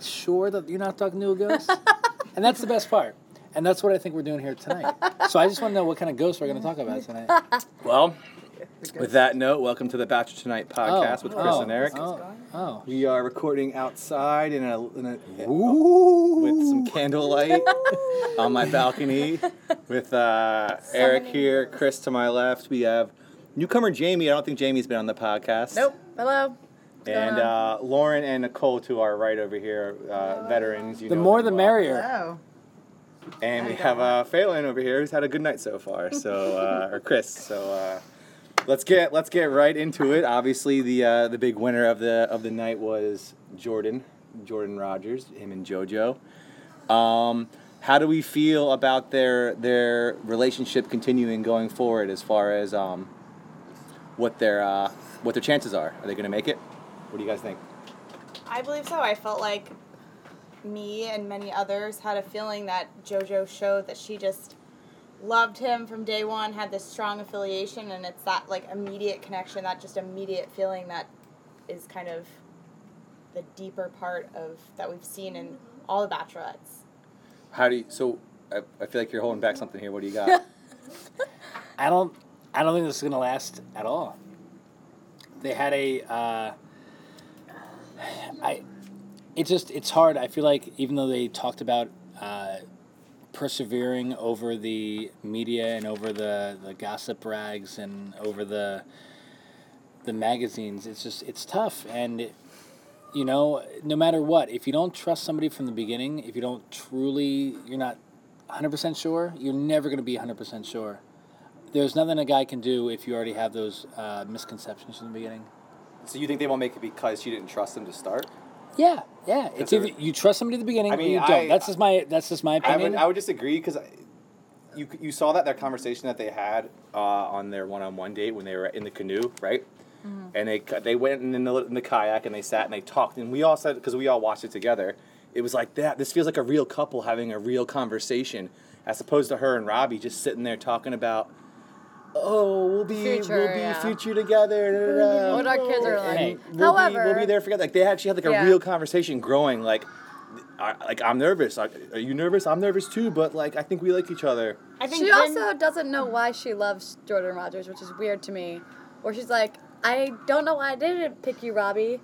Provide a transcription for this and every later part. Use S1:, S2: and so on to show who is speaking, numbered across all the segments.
S1: sure that you're not talking to a ghost? and that's the best part. And that's what I think we're doing here tonight. So I just want to know what kind of ghosts we're going to talk about tonight.
S2: Well, with that note, welcome to the Bachelor Tonight podcast with Chris
S1: oh,
S2: and Eric.
S1: Oh, oh.
S2: We are recording outside in a, in a with
S1: Ooh.
S2: some candlelight on my balcony with uh, Eric here, Chris to my left. We have newcomer Jamie. I don't think Jamie's been on the podcast.
S3: Nope. Hello.
S2: And uh, Lauren and Nicole to our right over here, uh, veterans. You
S1: The
S2: know
S1: more
S2: them
S1: the
S2: well.
S1: merrier.
S3: Hello.
S2: And we have uh, Phelan over here who's had a good night so far. So uh, or Chris. So uh, let's get let's get right into it. Obviously, the uh, the big winner of the of the night was Jordan Jordan Rogers, him and JoJo. Um, how do we feel about their their relationship continuing going forward as far as um, what their uh, what their chances are? Are they going to make it? What do you guys think?
S4: I believe so. I felt like me and many others had a feeling that JoJo showed that she just loved him from day one, had this strong affiliation, and it's that like immediate connection, that just immediate feeling that is kind of the deeper part of that we've seen in all the bachelorettes.
S2: How do you? So I, I feel like you're holding back something here. What do you got?
S1: I don't. I don't think this is going to last at all. They had a. Uh, I. It just. It's hard. I feel like even though they talked about uh, persevering over the media and over the the gossip rags and over the the magazines, it's just it's tough and. you know, no matter what, if you don't trust somebody from the beginning, if you don't truly, you're not 100% sure, you're never going to be 100% sure. There's nothing a guy can do if you already have those uh, misconceptions from the beginning.
S2: So you think they won't make it because you didn't trust them to start?
S1: Yeah, yeah. It's
S2: there-
S1: either you trust somebody at the beginning
S2: I mean,
S1: or you don't.
S2: I-
S1: that's just my that's just my
S2: I,
S1: opinion.
S2: would I would disagree because you you saw that that conversation that they had uh, on their one on one date when they were in the canoe, right?
S3: Mm-hmm.
S2: And they cu- they went in the, in the kayak and they sat and they talked and we all said because we all watched it together. It was like that. This feels like a real couple having a real conversation, as opposed to her and Robbie just sitting there talking about, oh, we'll be we'll
S3: Future,
S2: be
S3: yeah.
S2: future together. da, da, da."
S3: What our kids are like.
S1: Hey.
S2: we'll be,
S3: However-
S2: we'll be there for Like they actually had like a
S3: Yeah.
S2: real conversation growing. Like, I, like I'm nervous. Like, are you nervous? I'm nervous too. But like, I think we like each other.
S4: I think
S3: She
S4: then-
S3: also doesn't know why she loves Jordan Rogers, which is weird to me. Where she's like, I don't know why I didn't pick you, Robbie,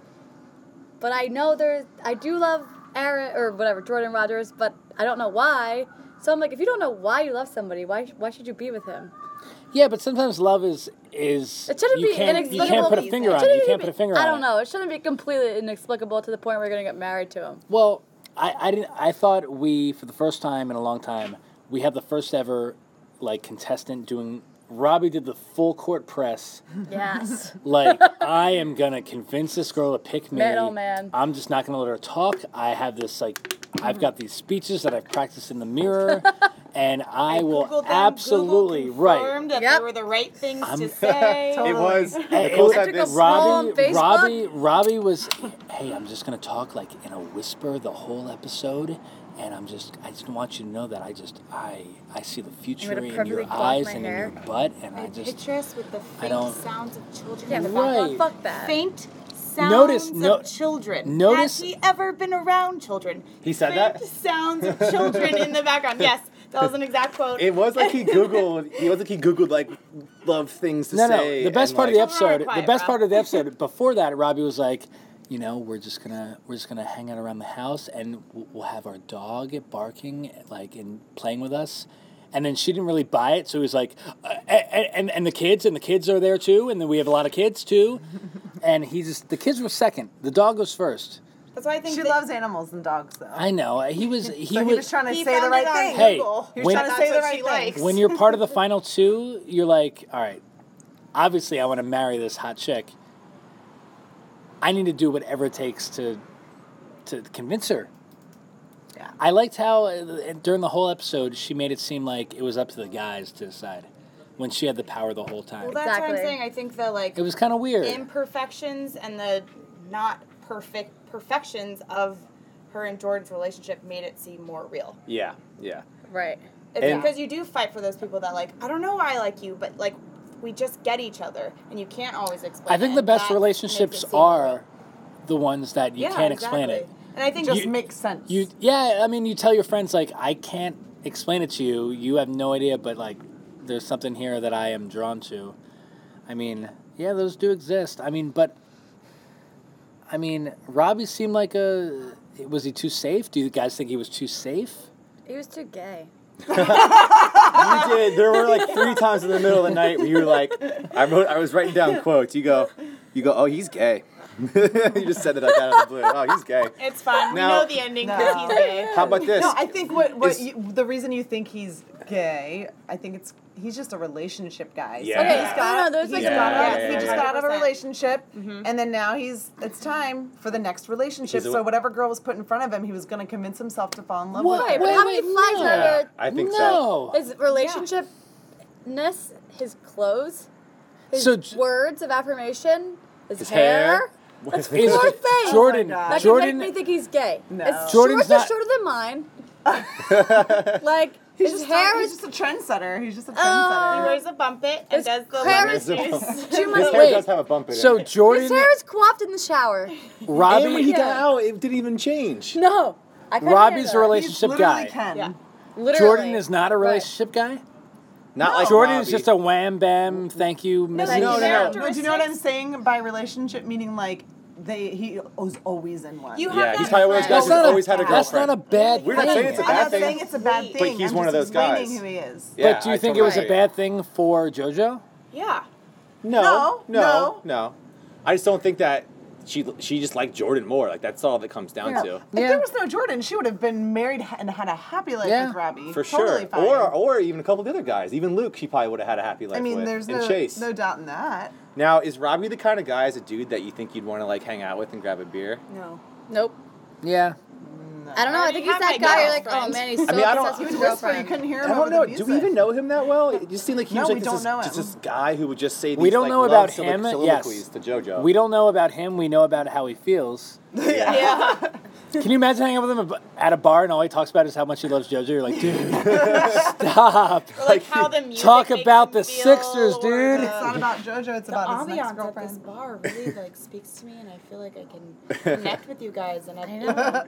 S3: but I know there's I do love Aaron or whatever Jordan Rogers, but I don't know why. So I'm like, if you don't know why you love somebody, why why should you be with him?
S1: yeah, but sometimes love is is
S3: It shouldn't
S1: you
S3: be
S1: can't, you
S3: inexplicable.
S1: can't put a
S4: these
S1: finger
S3: It
S1: on it. You
S3: shouldn't
S1: can't
S3: be-
S1: put a finger on
S3: I
S1: it.
S3: don't know. It shouldn't be completely inexplicable to the point where you're gonna get married to him.
S1: Well, I, I didn't. I thought we, for the first time in a long time, we had the first ever like contestant doing. Robbie did the full court press.
S3: Yes.
S1: Like I am gonna convince this girl to pick me.
S3: Middleman.
S1: I'm just not gonna let her talk. I have this like, I've got these speeches that I've practiced in the mirror, and I, will
S4: Googled them, Google
S1: absolutely right.
S4: confirmed That
S3: Yep.
S4: they were the right things to say.
S2: It was.
S1: Hey,
S2: Nicole
S1: it
S2: said
S1: took
S3: a
S2: this.
S3: small-
S1: Robbie,
S3: on Facebook?
S1: Robbie, Robbie was. Hey, I'm just gonna talk like in a whisper the whole episode, and I'm just. I just want you to know that I just. I I see the future
S3: gonna
S1: in your
S3: perfectly block
S1: eyes
S3: my
S1: and
S3: hair.
S1: in your butt, and I
S4: And
S1: just.
S4: picture us with the
S1: I
S4: faint
S1: don't-
S4: sounds of children.
S3: Yeah,
S4: in the
S1: Right.
S4: background.
S3: fuck, fuck that.
S4: faint sounds
S1: Notice-
S4: of
S1: no-
S4: children.
S1: notice-
S4: Has he ever been around children?
S2: He said
S4: faint
S2: that?
S4: sounds of children in the background. Yes, that was an exact quote.
S2: It was like he googled. It was like he googled like love things to
S1: No,
S2: say.
S1: no. The best
S2: and,
S1: part
S2: like,
S1: of the episode.
S4: Quiet,
S1: the best
S4: Rob.
S1: part of the episode. Before that, Robbie was like. You know, we're just gonna we're just gonna hang out around the house, and w- we'll have our dog barking, like and playing with us, and then she didn't really buy it, so he was like, uh, and, and and the kids and the kids are there too, and then we have a lot of kids too, and he just the kids were second, the dog was first.
S4: That's why I think
S5: She
S4: that
S5: loves animals and dogs, though.
S1: I know he was he,
S5: so
S1: was,
S5: he was trying to
S4: he
S5: say the
S4: found
S5: right
S4: it on
S5: thing.
S1: Hey,
S4: Google.
S5: he was
S1: when-
S5: trying to
S4: That's
S5: say the
S4: what
S5: right
S4: she
S5: thing.
S4: likes.
S1: when you're part of the final two, you're like, all right, obviously I want to marry this hot chick. I need to do whatever it takes to to convince her.
S5: Yeah.
S1: I liked how uh, during the whole episode she made it seem like it was up to the guys to decide when she had the power the whole time.
S4: Well, that's what I'm
S3: Exactly.
S4: saying. I think the like
S1: it was kind of weird.
S4: imperfections and the not perfect perfections of her and Jordan's relationship made it seem more real.
S2: Yeah, yeah.
S3: Right.
S4: It's
S2: And-
S4: because you do fight for those people that like I don't know why I like you, but like we just get each other, and you can't always explain.
S1: I think
S4: it,
S1: the
S4: and
S1: best
S4: that makes it
S1: relationships
S4: seem real.
S1: are the ones that you
S4: Yeah,
S1: can't explain it.
S4: exactly. And I think
S5: just
S1: You-
S5: makes sense.
S1: You yeah, I mean, you tell your friends like I can't explain it to you. You have no idea, but like there's something here that I am drawn to. I mean, yeah, those do exist. I mean, but I mean, Robbie seemed like a was he too safe? Do you guys think he was too safe?
S3: He was too gay.
S2: You did. There were like three times in the middle of the night where you were like, I wrote, I was writing down quotes. You go, you go. Oh, he's gay. you just said it like out of the blue. Oh, he's gay.
S4: It's fine.
S2: Now-
S4: we know the ending
S5: No.
S4: because he's gay.
S2: How about this?
S5: No, I think what what
S2: Is-
S5: you, the reason you think he's gay, I think it's he's just a relationship guy.
S2: Yeah. Okay,
S5: he's
S3: no, no,
S5: got,
S3: there's
S5: he's
S3: like-
S5: got
S2: Yeah,
S5: out,
S2: yeah,
S5: he
S2: yeah,
S5: just
S2: yeah.
S5: got out of a
S4: 100%.
S5: relationship, and then now he's it's time for the next relationship.
S2: He's a-
S5: so whatever girl was put in front of him, he was going to convince himself to fall in love
S1: What?
S5: with.
S3: But
S5: her.
S3: how
S1: wait,
S3: many flags
S1: no.
S3: are
S2: yeah,
S3: there?
S2: I think so.
S1: no.
S3: His relationshipness, his clothes, his
S1: So j-
S3: words of affirmation, his,
S2: His
S3: hair.
S2: hair.
S1: Is-
S3: Poor thing.
S1: Jordan,
S5: Oh my God.
S3: That
S1: Jordan,
S3: could make me think he's gay.
S5: No.
S3: His
S1: Jordan's
S3: shorts
S1: not-
S3: are shorter than mine. like
S5: He's
S3: his
S5: just
S3: hair
S5: a,
S3: is
S5: he's just a trendsetter. He's just a
S4: He
S5: trendsetter.
S4: wears a bumpet and
S3: It's
S4: does the
S3: Claire
S4: lemon
S3: is-
S2: There's a bump.
S4: juice.
S3: too
S2: His
S3: much.
S2: hair
S1: Wait,
S2: does have a bump in it.
S1: so
S3: His
S1: Jordan,
S3: hair is coiffed in the shower.
S1: Robbie,
S2: and when he got out, it didn't even change.
S3: No, I kinda
S1: Robbie's a
S3: hear that.
S5: He's
S1: relationship
S5: literally
S1: guy.
S5: Ken.
S4: Yeah.
S3: Literally.
S1: Jordan is not a
S3: Right.
S1: relationship guy.
S2: Not like
S1: Jordan
S2: Robbie.
S1: is just a wham bam. Thank you, Mrs.
S3: thank
S2: No,
S3: you.
S2: no, no.
S5: No, do you know what I'm saying by relationship? Meaning like they he was always in one.
S4: You have
S2: Yeah,
S4: that
S2: he's probably one of those guys
S4: friend.
S1: That's
S2: who's
S1: not a-
S2: always had a girlfriend.
S1: That's not a bad
S2: We're not
S1: thing.
S2: saying it's a
S5: I'm
S2: bad
S5: not
S2: thing.
S5: saying it's a bad
S4: But
S5: thing.
S2: he's
S5: I'm
S2: one of
S5: just
S2: those guys.
S5: explaining who he is.
S2: Yeah,
S1: but do you
S2: I
S1: think it
S2: totally
S1: was a
S2: agree.
S1: bad thing for JoJo?
S4: Yeah.
S2: No,
S5: No,
S2: no, no, I just don't think that she she just liked Jordan more. Like that's all that comes down to.
S5: If
S1: Yeah.
S5: there was no Jordan, she would have been married ha- and had a happy life
S1: Yeah.
S5: with Robbie.
S2: For
S5: totally
S2: sure,
S5: Fine.
S2: or or even a couple of the other guys, even Luke, she probably would have had a happy life
S5: I mean,
S2: with.
S5: there's
S2: and
S5: no,
S2: Chase.
S5: no doubt in that.
S2: Now, is Robbie the kind of guy as a dude that you think you'd want to like hang out with and grab a beer?
S5: No.
S3: Nope.
S1: Yeah.
S3: I don't know. I
S4: already
S3: think he's
S4: have
S3: that
S4: my
S3: guy. You're like, oh
S4: girlfriend.
S3: man, he's so
S2: I mean, I don't-
S3: obsessed
S5: He
S3: with
S5: would
S3: his
S5: whisper. You
S3: girlfriend.
S5: couldn't hear
S2: I
S5: him.
S2: don't
S5: over
S2: know.
S5: The
S2: Do
S5: music.
S2: we even know him that well? It just seemed like he
S5: No,
S2: was
S5: we
S2: like
S5: don't
S2: this,
S5: know
S2: just
S5: him.
S2: this guy who would just say these
S1: We don't
S2: like,
S1: know
S2: love
S1: about
S2: syllab-
S1: him,
S2: soliloquies
S1: yes.
S2: to JoJo.
S1: We don't know about him. We know about how he feels.
S2: Yeah.
S4: Yeah.
S1: Can you imagine hanging out with him at a bar and all he talks about is how much he loves JoJo? You're like, dude, stop.
S4: Or like how the music
S1: Talk
S4: makes
S1: about
S4: him
S1: the
S4: feel
S1: Sixers,
S4: or
S1: dude.
S5: Uh, It's not about JoJo. It's
S4: the
S5: about his next
S4: ambiance at this
S5: girlfriend.
S4: bar really like speaks to me, and I feel like I can connect with you guys. And I've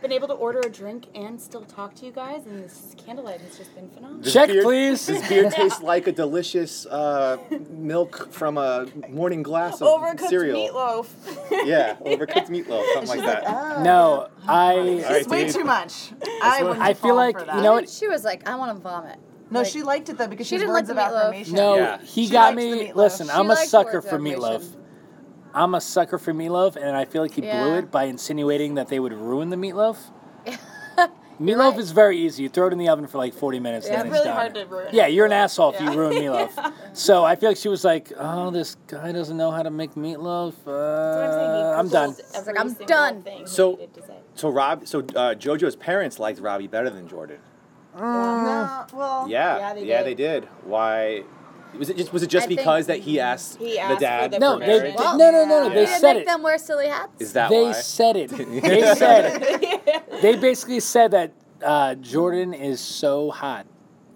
S4: been- been able to order a drink and still talk to you guys. And this is candlelight has just been phenomenal.
S2: This
S1: Check,
S2: beer-
S1: please.
S2: This beer tastes like a delicious uh, milk from a morning glass of
S4: Overcooked
S2: cereal.
S4: meatloaf. "Oh."
S2: Yeah, overcooked meatloaf, something like that.
S1: No, I.
S5: It's
S2: Alright,
S5: way
S2: dude.
S5: too much. I wouldn't.
S1: I feel
S5: fall
S1: like,
S5: for
S1: you
S5: that.
S1: know
S3: I
S1: what?
S3: think she was like, I want to vomit.
S5: No,
S3: Like,
S5: she liked it though because
S3: She
S5: she
S3: didn't
S5: words
S3: like
S5: of
S3: the meatloaf.
S5: affirmation.
S1: No,
S2: Yeah.
S1: he
S5: She
S1: got
S5: likes the
S1: me.
S5: meatloaf.
S1: Listen,
S5: She
S1: I'm a
S3: likes
S1: sucker
S3: words
S1: for
S3: of
S1: meatloaf.
S3: affirmation.
S1: I'm a sucker for meatloaf, and I feel like he blew
S3: Yeah.
S1: it by insinuating that they would ruin the meatloaf. meatloaf
S3: right.
S1: is very easy. You throw it in the oven for like 40 minutes.
S3: Yeah,
S1: then
S3: it's
S1: it's
S4: really
S1: done.
S4: hard to ruin
S1: Yeah, you're an asshole if
S4: Yeah.
S1: you ruin meatloaf. So I feel like she was like, "Oh, this guy doesn't know how to make meatloaf." Uh, I'm done.
S3: It's like, I'm done.
S2: So- So Rob, so uh, JoJo's parents liked Robbie better than Jordan.
S5: No,
S2: Yeah,
S4: Oh,
S5: well.
S4: Yeah, they
S2: yeah,
S4: did.
S2: they did. Why? Was it just was it just
S3: I think-
S2: because that he asked,
S4: He asked
S2: the dad?
S4: for the
S1: No, they,
S2: for marriage?
S1: no, no, no, no.
S4: Yeah.
S1: They
S3: Did
S1: said
S3: make
S1: it.
S3: them wear silly hats?
S2: Is that
S1: they
S2: why?
S1: said it. They said it. They basically said that uh, Jordan is so hot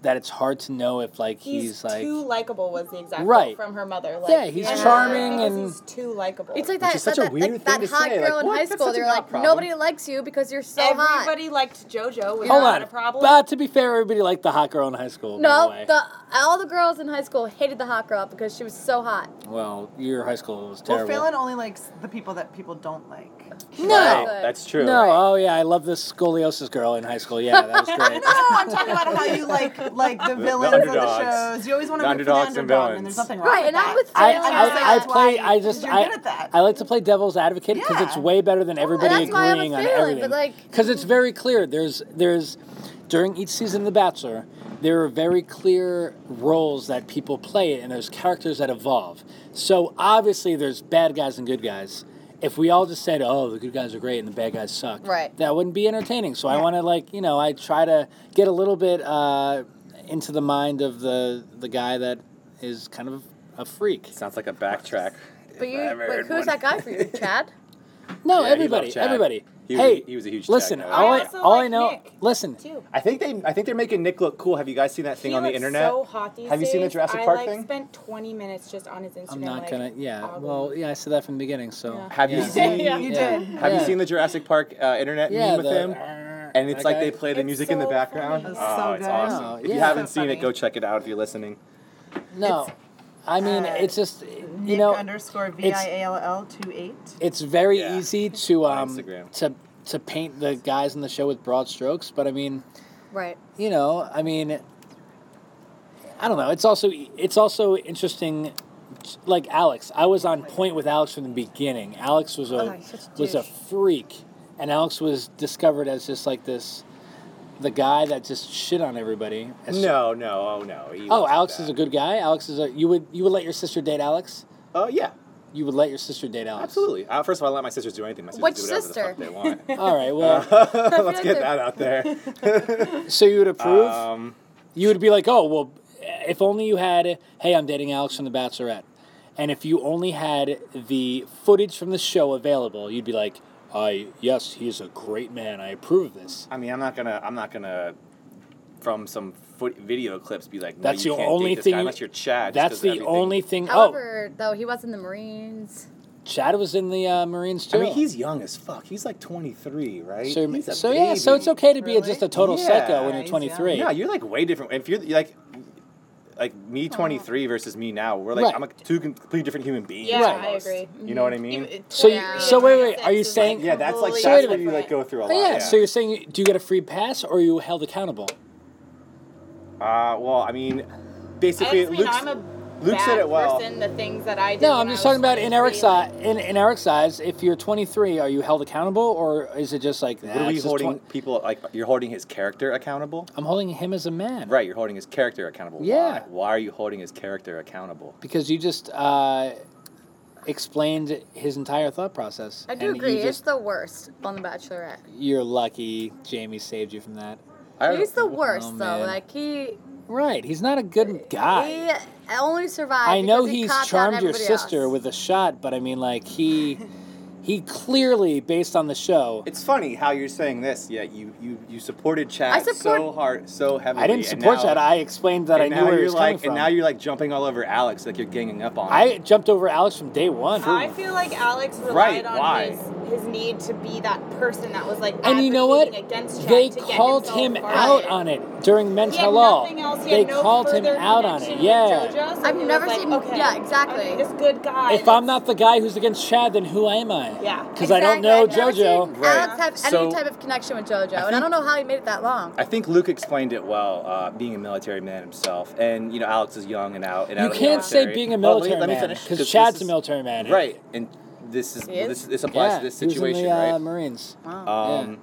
S1: that it's hard to know if like he's,
S4: He's,
S1: like
S4: too likable was the exact
S1: Right.
S4: quote from her mother. Like,
S1: Yeah, he's
S4: and her-
S1: charming
S4: because
S1: and-
S4: he's too likable.
S3: It's like
S2: Which
S3: that,
S2: is such
S3: that,
S2: a
S3: that-
S2: weird
S3: like
S2: thing
S3: that
S2: to
S3: hot
S2: say,
S3: girl
S2: like,
S3: in
S2: what?
S3: high
S2: That's
S3: school.
S2: such a
S3: They're
S2: God
S3: like,
S2: problem.
S3: nobody likes you because you're so hot.
S4: everybody liked JoJo. Was
S1: Hold
S4: not
S1: on.
S4: a problem.
S1: But to be fair, everybody liked the hot girl in high school. by
S3: No,
S1: the way.
S3: the, all the girls in high school hated the hot girl because she was so hot.
S1: well, your high school was
S5: Well,
S1: terrible.
S5: Phelan only likes the people that people don't like.
S2: Wow,
S1: no,
S3: Right.
S2: that's true.
S1: no. Oh yeah, I love this scoliosis girl in high school. Yeah, that was great.
S4: Oh,
S5: No, I'm talking about how you like like the villains of the
S2: underdogs.
S5: shows. You always want to
S2: The
S5: root for the
S2: underdogs and
S5: underdog, and,
S2: villains.
S5: there's nothing wrong
S3: Right,
S5: with
S3: and
S5: that.
S3: I'm with
S1: I,
S3: Taylor.
S1: I, I
S5: That's
S1: play.
S5: why
S1: I just.
S5: you're
S1: I,
S5: good at that.
S1: I like to play devil's advocate because it's
S5: Yeah.
S1: way better than everybody
S3: that's why I'm a
S1: agreeing on
S3: fan, but,
S1: everything.
S3: like-
S1: because it's very clear. There's there's during each season of The Bachelor, there are very clear roles that people play, and there's characters that evolve. So obviously, there's bad guys and good guys. If we all just said, "Oh, the good guys are great and the bad guys suck,"
S3: Right.
S1: That wouldn't be entertaining. So I want to like you know I try to get a little bit uh, into the mind of the the guy that is kind of a freak.
S2: Sounds like a backtrack.
S3: But you,
S2: If I ever
S3: wait,
S2: heard one.
S3: who's that guy for you, Chad?
S1: No,
S2: Yeah, he loved
S1: everybody,
S2: Chad.
S1: everybody.
S2: He
S1: hey,
S2: was, he was a huge.
S1: Listen,
S2: Tech guy.
S1: all
S4: I
S1: I,
S4: also
S1: all I
S4: like
S1: know.
S4: Nick,
S1: Listen,
S4: too.
S2: I think they. I think they're making Nick look cool. Have you guys seen that thing
S4: He
S2: on the
S4: looks
S2: internet?
S4: So hot these
S2: Have you seen the
S4: days.
S2: Jurassic
S4: I,
S2: Park
S4: like,
S2: thing?
S4: Spent 20 minutes just on his Instagram.
S1: I'm not
S4: like,
S1: gonna. Yeah.
S4: ogling.
S1: Well, yeah, I said that from the beginning. So
S4: Yeah.
S2: Have you
S1: Yeah.
S2: seen?
S5: Yeah, you
S1: Yeah.
S5: did.
S2: Have you
S1: Yeah.
S2: seen the Jurassic Park uh, internet
S1: yeah,
S2: meme with
S1: the-
S2: him? And it's
S1: that
S2: like
S1: guy.
S2: they play the
S4: It's
S2: music in the
S4: so
S2: background.
S4: funny.
S5: It's
S2: oh,
S5: so
S2: it's
S5: good.
S2: awesome.
S1: Wow,
S2: If you
S1: yeah.
S2: haven't
S5: So
S2: seen it,
S5: funny.
S2: go check it out if you're listening.
S1: No, I mean
S5: uh,
S1: it's just you
S5: Nick
S1: know
S5: underscore V
S1: it's-
S5: I A L L 2 8.
S1: it's very
S2: Yeah.
S1: easy to
S2: On
S1: um
S2: Instagram.
S1: to to paint the guys in the show with broad strokes, but I mean
S3: Right.
S1: you know I mean I don't know. It's also it's also interesting. Like Alex, I was on point with Alex from the beginning. Alex was a
S3: Oh, he's such a
S1: was a
S3: douche.
S1: freak, and Alex was discovered as just like this, the guy that just shit on everybody. As-
S2: No, no, oh no. he
S1: Oh,
S2: wasn't
S1: Alex
S2: that.
S1: is a good guy. Alex is a you would you would let your sister date Alex.
S2: Oh yeah,
S1: You would let your sister date Alex.
S2: absolutely. Uh, first of all, I let my sisters do anything. My sisters
S3: Which
S2: do whatever
S3: sister?
S2: the fuck they want.
S1: All right. Well,
S2: Let's
S3: like
S2: get
S3: they're-
S2: that out there.
S1: so you would approve.
S2: Um,
S1: you would be like, oh well, if only you had. Hey, I'm dating Alex from The Bachelorette, and if you only had the footage from the show available, you'd be like, I yes, he is a great man. I approve of this.
S2: I mean, I'm not gonna, I'm not gonna, from some foot video clips, be like, no,
S1: That's
S2: you
S1: the
S2: can't
S1: only
S2: date this
S1: thing
S2: guy
S1: you-
S2: unless you're Chad. just
S1: That's
S2: 'cause
S1: the
S2: everything-
S1: only thing.
S3: However, though he was in the Marines.
S1: oh, Chad was in the uh, Marines too.
S2: I mean, he's young as fuck. He's like 23, right?
S1: so,
S2: he's a
S1: so yeah, so it's
S2: baby.
S1: okay to be a-
S5: Really?
S1: just a total
S2: Yeah.
S1: psycho when
S2: Yeah,
S1: you're
S5: he's
S1: 23.
S2: No, you're like way different. If you're like, like me 23 versus me now, we're like,
S1: Right.
S2: I'm like two completely different human beings.
S4: Yeah, I
S2: almost.
S4: agree. Mm-hmm.
S2: You know what I
S4: You-
S2: mean?
S4: it's
S1: So you-
S4: twenty
S1: so wait, wait,
S4: 26
S1: are you
S4: is, like,
S1: saying-
S2: Yeah, that's like
S4: completely
S1: So wait a
S2: that's where you
S4: different.
S2: like go through a lot.
S1: Oh, yeah, so you're saying do you get a free pass or are you held accountable?
S2: Uh, well, I mean,
S4: I
S2: basically,
S4: just mean,
S2: Luke's,
S4: I'm a
S2: Luke
S4: bad
S2: said it well.
S4: person. The things that I did.
S1: No,
S4: when
S1: I'm
S4: I
S1: just
S4: was
S1: talking about in Eric's
S4: 23,
S1: eye, in, in Eric's eyes. If you're 23, are you held accountable or is it just like
S2: What
S1: that?
S2: are we holding people like? You're holding his character accountable,
S1: I'm holding him as a man,
S2: right? You're holding his character accountable.
S1: Yeah.
S2: Why? Why are you holding his character accountable?
S1: Because you just uh, explained his entire thought process.
S3: I do
S1: and
S3: agree.
S1: You
S3: It's the worst on The Bachelorette.
S1: you're lucky Jamie saved you from that.
S2: I-
S3: He's the worst though.
S1: man.
S3: Like he,
S1: Right, he's not a good guy.
S3: he only survived.
S1: I know
S3: because he
S1: he's
S3: copped out
S1: charmed your
S3: everybody else.
S1: sister with a shot, but I mean, like he, he clearly, based on the show,
S2: It's funny how you're saying this. Yeah, you you you supported Chad
S3: I support-
S2: so hard, so heavily.
S1: I didn't
S2: and
S1: support
S2: now-
S1: that. I explained that I
S2: and
S1: knew
S2: now
S1: where he
S2: you're
S1: was coming
S2: like,
S1: from.
S2: and now you're like jumping all over Alex, like you're ganging up on.
S1: I
S2: him.
S1: jumped over Alex from day one.
S4: I feel like Alex relied
S2: Right,
S4: on
S2: why?
S4: his his need to be that person that was like.
S1: and you know what?
S4: advocating Against Chad
S1: They
S4: to get
S1: called
S4: himself
S1: him
S4: farther.
S1: out on it during Men's
S4: He had
S1: Halal.
S4: nothing else. He
S1: They
S4: had no
S1: called him
S4: further
S1: out on
S4: connection
S1: it.
S4: with
S1: Yeah.
S4: JoJo, so
S3: I've
S4: he was
S3: never
S4: like,
S3: seen-
S4: Okay,
S3: yeah, exactly.
S4: okay, this good guy.
S1: If I'm
S4: that's-
S1: not the guy who's against Chad, then who am I?
S4: Yeah.
S1: Because I don't know
S3: Exactly. I've never
S1: JoJo.
S3: seen
S2: Right.
S3: Alex have
S2: So-
S3: any type of connection with JoJo, and I don't know how he made it that long.
S2: I think Luke explained it well, uh, being a military man himself, and you know Alex is young and out and
S1: You
S2: out of the
S1: can't say
S2: military.
S1: being a
S2: Well, let me-
S1: military
S2: let me
S1: man
S2: finish,
S1: because
S2: this
S1: Chad's a
S2: is-
S1: military man,
S2: right? And this is,
S3: He is?
S2: this this applies
S1: Yeah,
S2: to this
S1: he was in the,
S2: situation,
S1: uh,
S2: right?
S1: Marines.
S3: Wow.
S2: Um,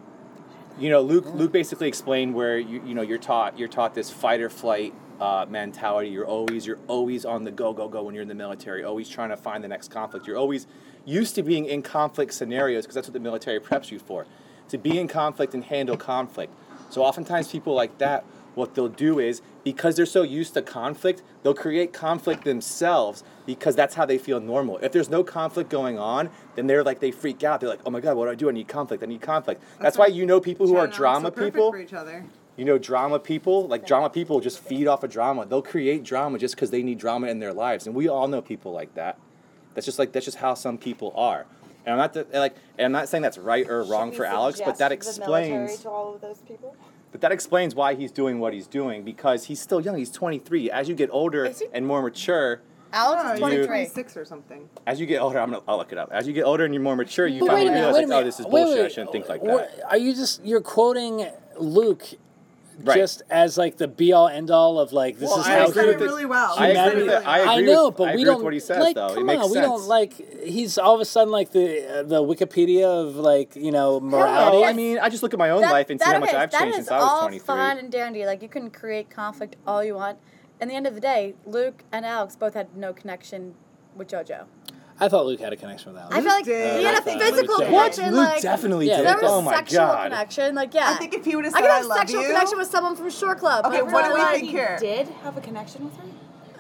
S2: You know, Luke. Luke basically explained where you you know you're taught you're taught this fight or flight uh, mentality. You're always you're always on the go go go when you're in the military. Always trying to find the next conflict. You're always used to being in conflict scenarios because that's what the military preps you for, to be in conflict and handle conflict. So oftentimes people like that, what they'll do is because they're so used to conflict, they'll create conflict themselves because that's how they feel normal. If there's no conflict going on, then they're like they freak out. They're like, oh my god, what do I do? I need conflict. I need conflict. That's why you know people who are drama people.
S5: For each other.
S2: You know drama people. Like drama people just feed off of drama. They'll create drama just because they need drama in their lives, and we all know people like that. That's just like that's just how some people are. And I'm not the, like, and I'm not saying that's right or wrong
S4: We
S2: for Alex, but that
S4: suggest the military
S2: explains.
S4: to all of those people.
S2: But that explains why he's doing what he's doing because he's still young. He's 23. As you get older
S3: Is he-
S2: and more mature,
S3: Alex is
S5: Oh, he's
S2: you-
S3: 23.
S5: 26 or something.
S2: as you get older, I'm gonna I'll look it up. As you get older and you're more mature, you
S1: But
S2: kind
S1: wait a
S2: of
S1: minute,
S2: realize
S1: wait a
S2: like,
S1: minute.
S2: oh, this is
S1: Wait,
S2: bullshit. I
S1: wait,
S2: shouldn't think like
S1: what-
S2: that.
S1: Are you just you're quoting Luke
S2: Right.
S1: just as like the be all end all of like this
S2: Well,
S1: is
S2: I
S1: how
S5: He
S2: agree
S5: said
S1: he-
S5: it
S2: with it.
S5: really well.
S2: I
S5: He said
S2: agree
S5: it
S2: with
S5: really
S2: it. I
S5: well.
S2: agree
S1: I know,
S2: with,
S1: but
S2: I
S1: we
S2: agree
S1: don't
S2: with what he says
S1: like.
S2: though.
S1: Come
S2: it makes
S1: on, we
S2: sense.
S1: don't like. He's all of a sudden like the uh, the Wikipedia of like you know morality.
S2: No, I
S3: Yes.
S2: mean, I just look at my own
S3: That-
S2: life and see
S3: that-
S2: how much
S3: okay,
S2: I've
S3: that
S2: changed
S3: is
S2: since I was
S3: all
S2: 23.
S3: fun and dandy. Like you can create conflict all you want. In the end of the day, Luke and Alex both had no connection with JoJo.
S1: I thought Luke had a connection with that.
S3: I
S1: One.
S3: feel like
S5: did.
S3: he had a
S1: Luke did.
S3: physical
S1: Luke did.
S2: what?
S3: connection.
S2: Luke
S3: like,
S2: definitely
S1: Yeah,
S2: did.
S1: there
S3: There
S2: it.
S3: was
S2: Oh my
S3: sexual
S2: god.
S3: connection. Like yeah.
S5: I think if he would have
S3: I
S5: said,
S3: could
S5: I
S3: have
S5: love
S3: sexual
S5: you.
S3: connection with someone from Shore Club.
S5: Okay,
S3: but
S5: what do we
S3: like,
S5: think here?
S4: Did have a connection with her?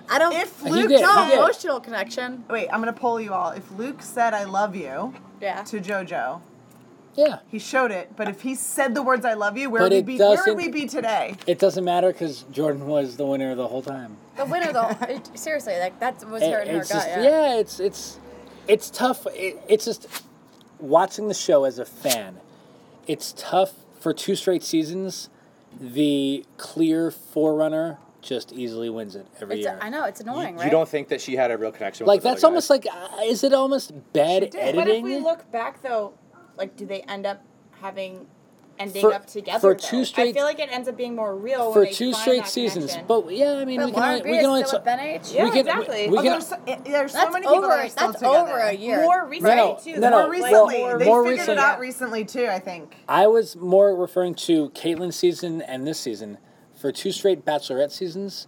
S3: I don't.
S5: If
S1: He
S5: Luke
S1: did, he
S3: no
S1: did.
S3: emotional connection.
S5: Wait, I'm gonna poll you all. If Luke said I love you
S3: Yeah.
S5: to JoJo,
S1: Yeah.
S5: He showed it, but if he said the words "I love you," where
S1: But
S5: would we
S1: it
S5: be? Where would
S1: doesn't-
S5: we be today?
S1: It doesn't matter because Jordan was the winner the whole time.
S3: The winner, though, it, seriously, like that was
S1: It-
S3: her and her
S1: it's
S3: gut.
S1: just,
S3: yeah.
S1: it's it's it's tough. It, it's just watching the show as a fan. It's tough for two straight seasons. The clear forerunner just easily wins it every
S3: It's,
S1: year.
S3: I know it's annoying, right?
S2: You don't think that she had a real connection?
S1: like
S2: with those
S1: that's
S2: other
S1: almost
S2: guys?
S1: like uh, is it almost bad editing?
S4: But if we look back though, like do they end up having ending
S1: For-
S4: up together?
S1: for
S4: though?
S1: two straight-
S4: I feel like it ends up being more real
S1: for
S4: when they
S1: two
S4: find
S1: straight
S4: that
S1: seasons.
S4: connection.
S1: But yeah, I mean
S3: But
S1: we can
S3: Lauren
S1: only,
S3: B
S1: we can
S3: is
S1: only
S3: still
S1: t-
S3: at Ben H.
S4: Yeah,
S1: we can,
S4: exactly.
S1: We,
S5: Oh,
S1: we can,
S5: there's so, there's so
S3: That's
S5: many people
S3: over.
S5: that are
S3: That's
S5: still
S3: over
S5: together.
S3: a year.
S4: more recently
S1: no,
S4: too.
S1: no,
S4: though,
S5: More
S1: no,
S4: like,
S1: well,
S5: recently,
S4: more-
S5: they
S1: more
S5: figured
S1: recently.
S5: it out recently too. I think.
S1: I was more referring to Caitlyn's season and this season. For two straight Bachelorette seasons,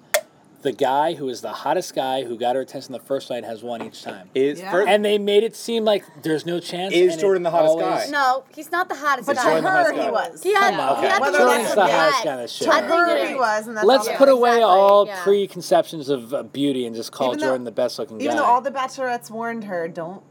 S1: the guy who is the hottest guy who got her attention the first night has won each time.
S2: is
S5: Yeah.
S2: first,
S1: And they made it seem like there's no chance.
S2: Is
S1: and it
S2: Jordan the hottest guy?
S3: No, he's not the hottest
S5: But to
S3: guy.
S2: Jordan has
S5: her,
S2: got
S5: he
S2: it.
S5: was.
S3: He had,
S1: Come on.
S3: he had
S5: Whether
S3: the
S5: that's
S3: lowest
S5: the
S3: of
S1: highest
S3: that.
S1: kind of shit.
S3: I
S5: To
S1: Yeah.
S3: think
S5: her,
S3: it-
S5: he was, and that's
S1: Let's
S5: all
S1: put
S5: that
S1: away
S3: exactly,
S1: all
S3: yeah.
S1: preconceptions of uh, beauty and just call
S5: Even though-
S1: Jordan the best looking guy.
S5: Even though all the bachelorettes warned her, don't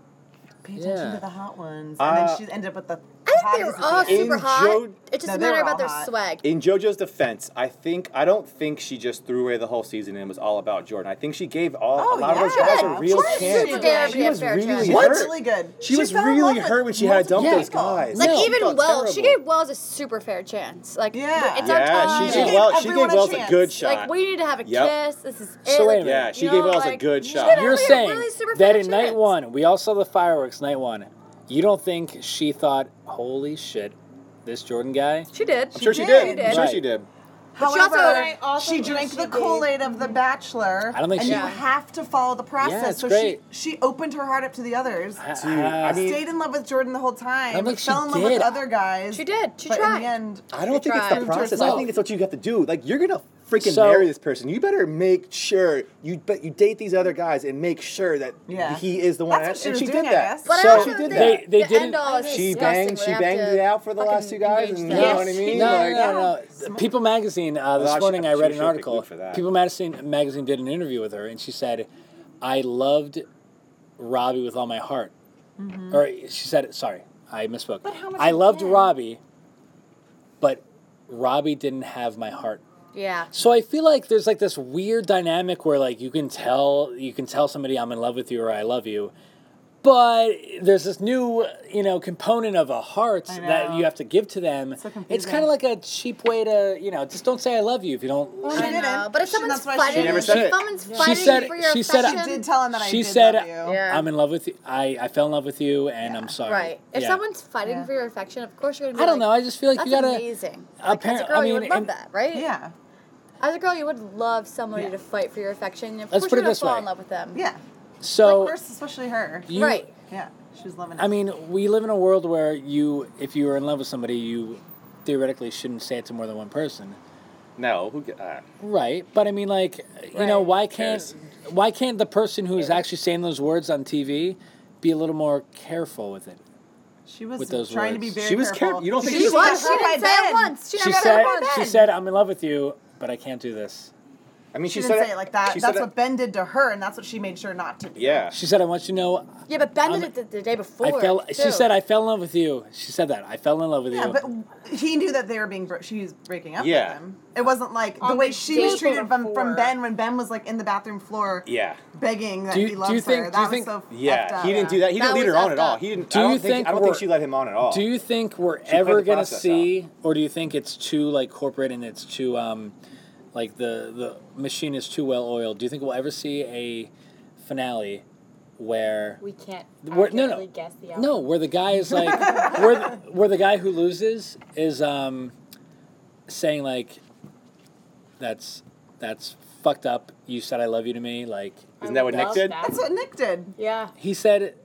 S5: pay attention
S1: Yeah.
S5: to the hot ones, and
S2: Uh,
S5: then she ended up with the.
S3: I think they were
S5: hottest
S3: all
S5: at the end.
S3: super
S2: In
S3: hot.
S2: Jo-
S3: it just
S5: No,
S3: a
S5: they were
S3: matter about their
S5: all hot.
S3: swag.
S2: In JoJo's defense, I think I don't think she just threw away the whole season and was all about Jordan. I think she gave all a
S5: Oh,
S2: lot of those
S5: yeah.
S2: guys a real
S5: Jordan's
S2: chance.
S5: super
S3: damn
S2: she
S3: good
S2: was
S3: at
S2: really
S3: Jordan.
S5: What?
S2: hurt.
S5: Really good.
S2: She, was
S5: fell in
S2: really
S5: love
S2: hurt
S5: with
S2: when she had to dump
S5: multiple
S2: those
S5: people.
S2: guys.
S3: Like
S1: No, she
S3: even
S2: felt
S3: Wells, she
S2: terrible.
S3: gave Wells a super fair chance. Like
S5: Yeah.
S3: it's our
S2: yeah,
S3: time.
S2: she gave
S5: She
S2: Wells.
S5: gave
S2: She gave
S5: everyone a
S2: Wells a
S5: chance.
S2: good shot.
S3: Like we need to have a
S2: Yep.
S3: kiss. This is
S1: So wait
S3: it.
S1: a
S3: Like,
S1: minute.
S2: Yeah, she
S3: you
S2: gave
S3: know,
S2: Wells a
S3: like,
S2: good
S3: she
S2: shot.
S3: had a
S1: You're
S3: really-
S1: saying
S3: really super
S1: that
S3: fair
S1: in night
S3: chance.
S1: one, we all saw the fireworks. Night one, you don't think she thought, "Holy shit, this Jordan guy."
S3: She did.
S2: I'm sure she
S5: did.
S2: did. I'm
S1: Right.
S2: sure she did.
S3: she also-
S5: However,
S4: I
S5: she,
S4: also think
S5: drank
S4: she
S5: the
S4: gave-
S5: Kool Aid of the Bachelor.
S1: I don't think
S5: and
S1: she-
S5: you have to follow the process.
S1: it's
S5: so
S1: great.
S5: she she opened her heart up to the others.
S2: Dude, I mean,
S5: stayed in love with Jordan the whole time.
S1: don't think she
S5: fell in love
S1: did.
S5: with other guys.
S3: She did. She
S5: but
S3: tried.
S5: In the end,
S2: I don't think it's
S3: tried.
S2: the process. I
S1: Well-
S2: think it's what you have to do. Like you're gonna freaking
S1: So-
S2: marry this person. You better make sure you but you date these other guys and make sure that
S5: Yeah.
S2: he is the one.
S5: That's what she
S2: and
S5: was
S2: she
S5: doing,
S2: did
S5: I
S2: that.
S5: guess.
S3: But
S1: So
S3: I also
S2: she did
S3: think
S2: that.
S1: They- they
S3: the
S1: didn't-
S3: End all is
S2: She
S3: disgusting,
S2: banged.
S3: where
S2: She
S3: they
S2: banged
S3: have to
S2: it out for the
S3: fucking
S2: last two guys.
S3: engage
S2: And
S3: them.
S2: You know what I
S5: Yes,
S2: mean?
S5: she
S1: No,
S2: Like-
S1: no, no, no. People magazine. Uh, this
S2: Well, she-
S1: morning, I read
S2: she
S1: an
S2: should be
S1: article.
S2: good for that.
S1: People magazine magazine did an interview with her, and she said, "I loved Robbie with all my heart." Or she said, "Sorry, I misspoke.
S4: But how much
S1: I
S4: you
S1: loved
S4: can.
S1: Robbie, but Robbie didn't have my heart."
S3: Yeah.
S1: So I feel like there's like this weird dynamic where like you can tell you can tell somebody I'm in love with you or I love you, but there's this new you know component of a heart
S5: I
S1: that
S5: know.
S1: you have to give to them.
S5: so confusing.
S1: it's kind of like a cheap way to you know just don't say I love you if you don't.
S5: she
S3: I know,
S5: didn't.
S3: but if
S5: She-
S3: someone's
S5: that's why she-
S3: fighting,
S5: She never
S2: said
S3: if
S2: it.
S3: someone's
S1: She
S3: fighting
S1: said.
S3: for your
S1: She said.
S3: affection,
S5: She did tell him that I
S1: She
S5: did
S1: said.
S5: love you.
S3: Yeah.
S1: I'm in love with you. I, I fell in love with you, and I'm sorry.
S3: Right. If
S1: Yeah.
S3: someone's fighting
S5: Yeah.
S3: for your affection, of course you're gonna. Be
S1: I don't
S3: like,
S1: know. I just feel like
S3: That's
S1: you gotta.
S3: amazing. like, as
S1: apparent-
S3: a girl,
S1: I
S3: you
S1: mean,
S3: would love
S1: and-
S3: that, right?
S5: Yeah.
S3: As a girl, you would love somebody
S5: Yeah.
S3: to fight for your affection.
S1: Let's
S3: Of course
S1: put it
S3: you're gonna
S1: this
S3: fall
S1: way.
S3: in love with them.
S5: Yeah.
S1: So
S5: like hers, especially her.
S1: you-
S3: right.
S5: yeah. She was loving it.
S1: I mean, we live in a world where you, if you are in love with somebody, you theoretically shouldn't say it to more than one person.
S2: No, who? ca- Uh,
S1: Right, but I mean, like, you know,
S3: Right.
S1: why can't
S2: Cares.
S1: why can't the person who is actually saying those words on TV be a little more careful with it?
S5: she was
S1: with those
S5: trying
S1: words.
S5: to be very
S2: She was
S5: careful.
S2: careful. You don't think
S3: She
S2: She
S3: was.
S5: said
S3: She
S5: her by
S3: didn't say
S5: then.
S3: it once. She,
S1: She
S3: never
S1: said,
S3: said it
S1: she
S3: once.
S1: said, I'm in love with you, but I can't do this.
S2: I mean, she,
S5: She,
S2: said
S5: didn't say it like that.
S2: she said
S5: That's
S2: it-
S5: what Ben did to her, and that's what she made sure not to do.
S2: Yeah.
S1: She said, I want you to know,
S3: Yeah, but Ben
S1: I'm-
S3: did it the, the day before.
S1: I fell. She
S3: too.
S1: said, I fell in love with you. She said that I fell in love with
S5: Yeah,
S1: you.
S5: but he knew that they were being. Bro- she was breaking up
S2: Yeah.
S5: with him. It wasn't like the
S4: On
S5: way
S4: the
S5: she was
S4: day
S5: treated from,
S4: before.
S5: from Ben when Ben was like in the bathroom floor,
S2: Yeah.
S5: begging that
S1: Do you-
S5: he
S1: do
S5: loves
S1: you think-
S5: her.
S1: do you
S5: That was
S1: think-
S5: so effed
S2: Yeah,
S5: up.
S2: he didn't do that. He
S3: That
S2: didn't lead
S3: was
S2: her on
S3: effed
S2: at all.
S3: up.
S2: He didn't.
S1: Do
S2: I
S1: you
S2: don't think,
S1: think
S2: I don't think
S1: we're-
S2: she let him on at all.
S1: Do you think we're
S2: played
S1: ever
S2: the
S1: gonna
S2: process
S1: see, or do you think it's too like corporate and it's too um, like the the machine is too well oiled? Do you think we'll ever see a finale where
S4: we can't
S1: where, no
S4: accurately
S1: no
S4: guess the
S1: no
S4: outcome.
S1: where the guy is like where the, where the guy who loses is um, saying like that's that's fucked up. You said I love you to me. Like
S2: Isn't that what Nick
S4: Love
S2: did?
S4: that.
S5: That's what Nick did,
S4: Yeah.
S1: he said,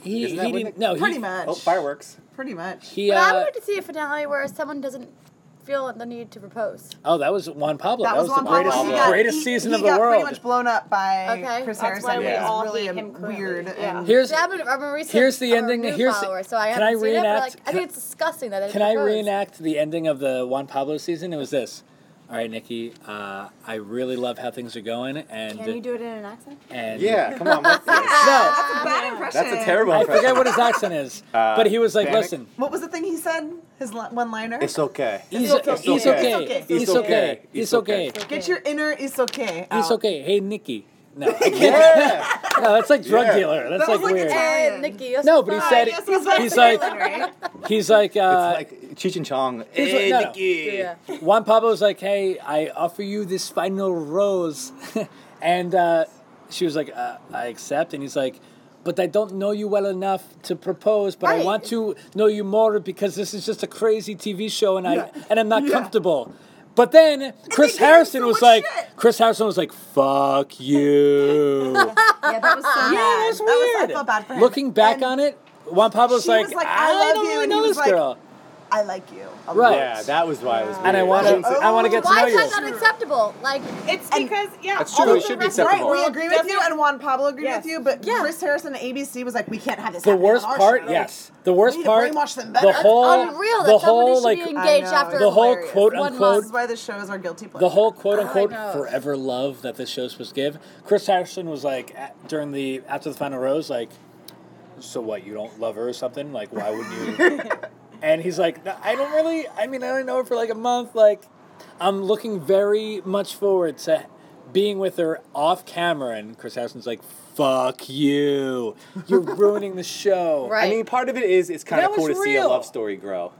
S1: he, he
S2: Isn't that what
S1: didn't
S2: the-
S1: no he-
S5: pretty much.
S2: Oh, fireworks!
S5: Pretty much.
S1: He,
S3: But I would
S1: uh,
S3: like to see a finale where someone doesn't feel the need to propose.
S1: oh, that was Juan Pablo.
S5: That was Juan
S1: the
S5: Pablo.
S1: greatest,
S5: He got-
S1: greatest
S5: he-
S1: season
S5: he
S1: of the
S5: got
S1: world.
S5: Pretty much blown up by
S3: Okay.
S5: Chris
S4: That's
S5: Harrison.
S4: why we
S5: It was
S4: all
S5: really
S4: hate
S5: a
S4: him currently.
S5: weird.
S4: Yeah.
S5: and-
S1: Here's
S3: See, I'm a, I'm a recent,
S1: here's the
S3: I'm
S1: ending-
S3: A new
S1: here's-
S3: follower, so I
S1: can
S3: haven't
S1: I
S3: seen it, but,
S1: reenact-
S3: like, I think it's disgusting that it
S1: Can I
S3: proposed.
S1: reenact the ending of the Juan Pablo season? It was this. All right, Nikki. Uh, I really love how things are going, and
S4: Can you do it in an accent?
S1: and
S2: Yeah, come on. What's this?
S1: No,
S5: Bad impression.
S2: That's a terrible
S1: I forget
S2: impression.
S1: what his accent is,
S2: Uh,
S1: but he was like,
S2: Bannock?
S1: "Listen,
S5: What was the thing he said? His one liner?
S2: It's okay.
S1: he's
S5: okay.
S1: okay. He's okay. He's okay. He's okay.
S5: Get your inner it's okay.
S1: He's
S5: out.
S1: okay. Hey, Nikki. No,
S2: Yeah.
S1: no, that's like drug
S2: Yeah.
S1: dealer. That's
S5: That was
S1: like
S5: like
S1: weird.
S5: a-
S3: And Nikki, you're
S1: No, but he
S3: smart.
S1: said
S5: yes, he's like-
S1: he's like he's like uh,
S2: it's like Cheech and Chong.
S1: here's
S2: Hey,
S1: what- no, no.
S2: Nikki.
S3: Yeah.
S1: Juan Pablo's like, hey, I offer you this final rose. and uh, she was like, uh, I accept. And he's like, but I don't know you well enough to propose, but I
S3: Right.
S1: want to know you more because this is just a crazy TV show and, I, and I'm not
S5: Yeah.
S1: comfortable. But then Chris
S5: gave him
S1: Harrison
S5: so
S1: was
S5: much
S1: like,
S5: shit.
S1: Chris Harrison was like, fuck you. yeah,
S5: Yeah, that was so bad.
S1: that was weird.
S5: I felt bad for him.
S1: Looking back
S5: And
S1: on it, Juan Pablo's
S5: she was
S1: like,
S5: like,
S1: I,
S5: "I love
S1: don't
S5: you,"
S1: really
S5: and he
S1: know
S5: was
S1: this
S5: like,
S1: girl.
S5: I like you. a
S1: Right.
S5: lot.
S2: Yeah, that was why it was weird.
S1: And I want to,
S2: That's
S1: I want to get to
S3: Why
S1: know
S3: is
S1: you.
S3: that not acceptable? Like,
S4: It's
S5: And-
S4: because yeah,
S2: true.
S4: all
S2: It
S4: the
S2: should be
S4: rest of the
S5: Right,
S2: acceptable.
S5: we
S4: world
S5: agree with you,
S4: doesn't-
S5: and Juan Pablo agreed
S4: Yes.
S5: with you, but
S3: Yeah.
S5: Chris Harrison and ABC was like, we can't have this.
S1: the
S5: happening
S1: worst
S5: on our
S1: part,
S5: show.
S1: yes. The worst
S5: need to
S1: part,
S5: brainwash them better.
S1: the
S5: That's
S1: whole,
S3: unreal
S1: the
S3: that somebody
S1: whole
S3: should
S1: like,
S3: be
S5: I
S3: engaged
S5: know,
S3: after
S5: it's
S1: the whole
S5: hilarious.
S1: quote
S3: One
S5: This
S1: unquote,
S5: is why the show is our guilty pleasure.
S1: the whole quote unquote
S3: know.
S1: forever love that this show was supposed to give. Chris Harrison was like at, during the after the final rose, like, so what? You don't love her or something? Like, why wouldn't you? and he's like, "No, I don't really. I mean, I only know her for like a month. Like, I'm looking very much forward to being with her off camera. And Chris Harrison's like, fuck you. You're ruining the show.
S3: Right.
S2: I mean, part of it is it's kind
S1: That
S2: of cool to
S1: was
S2: see a
S1: real.
S2: love story grow.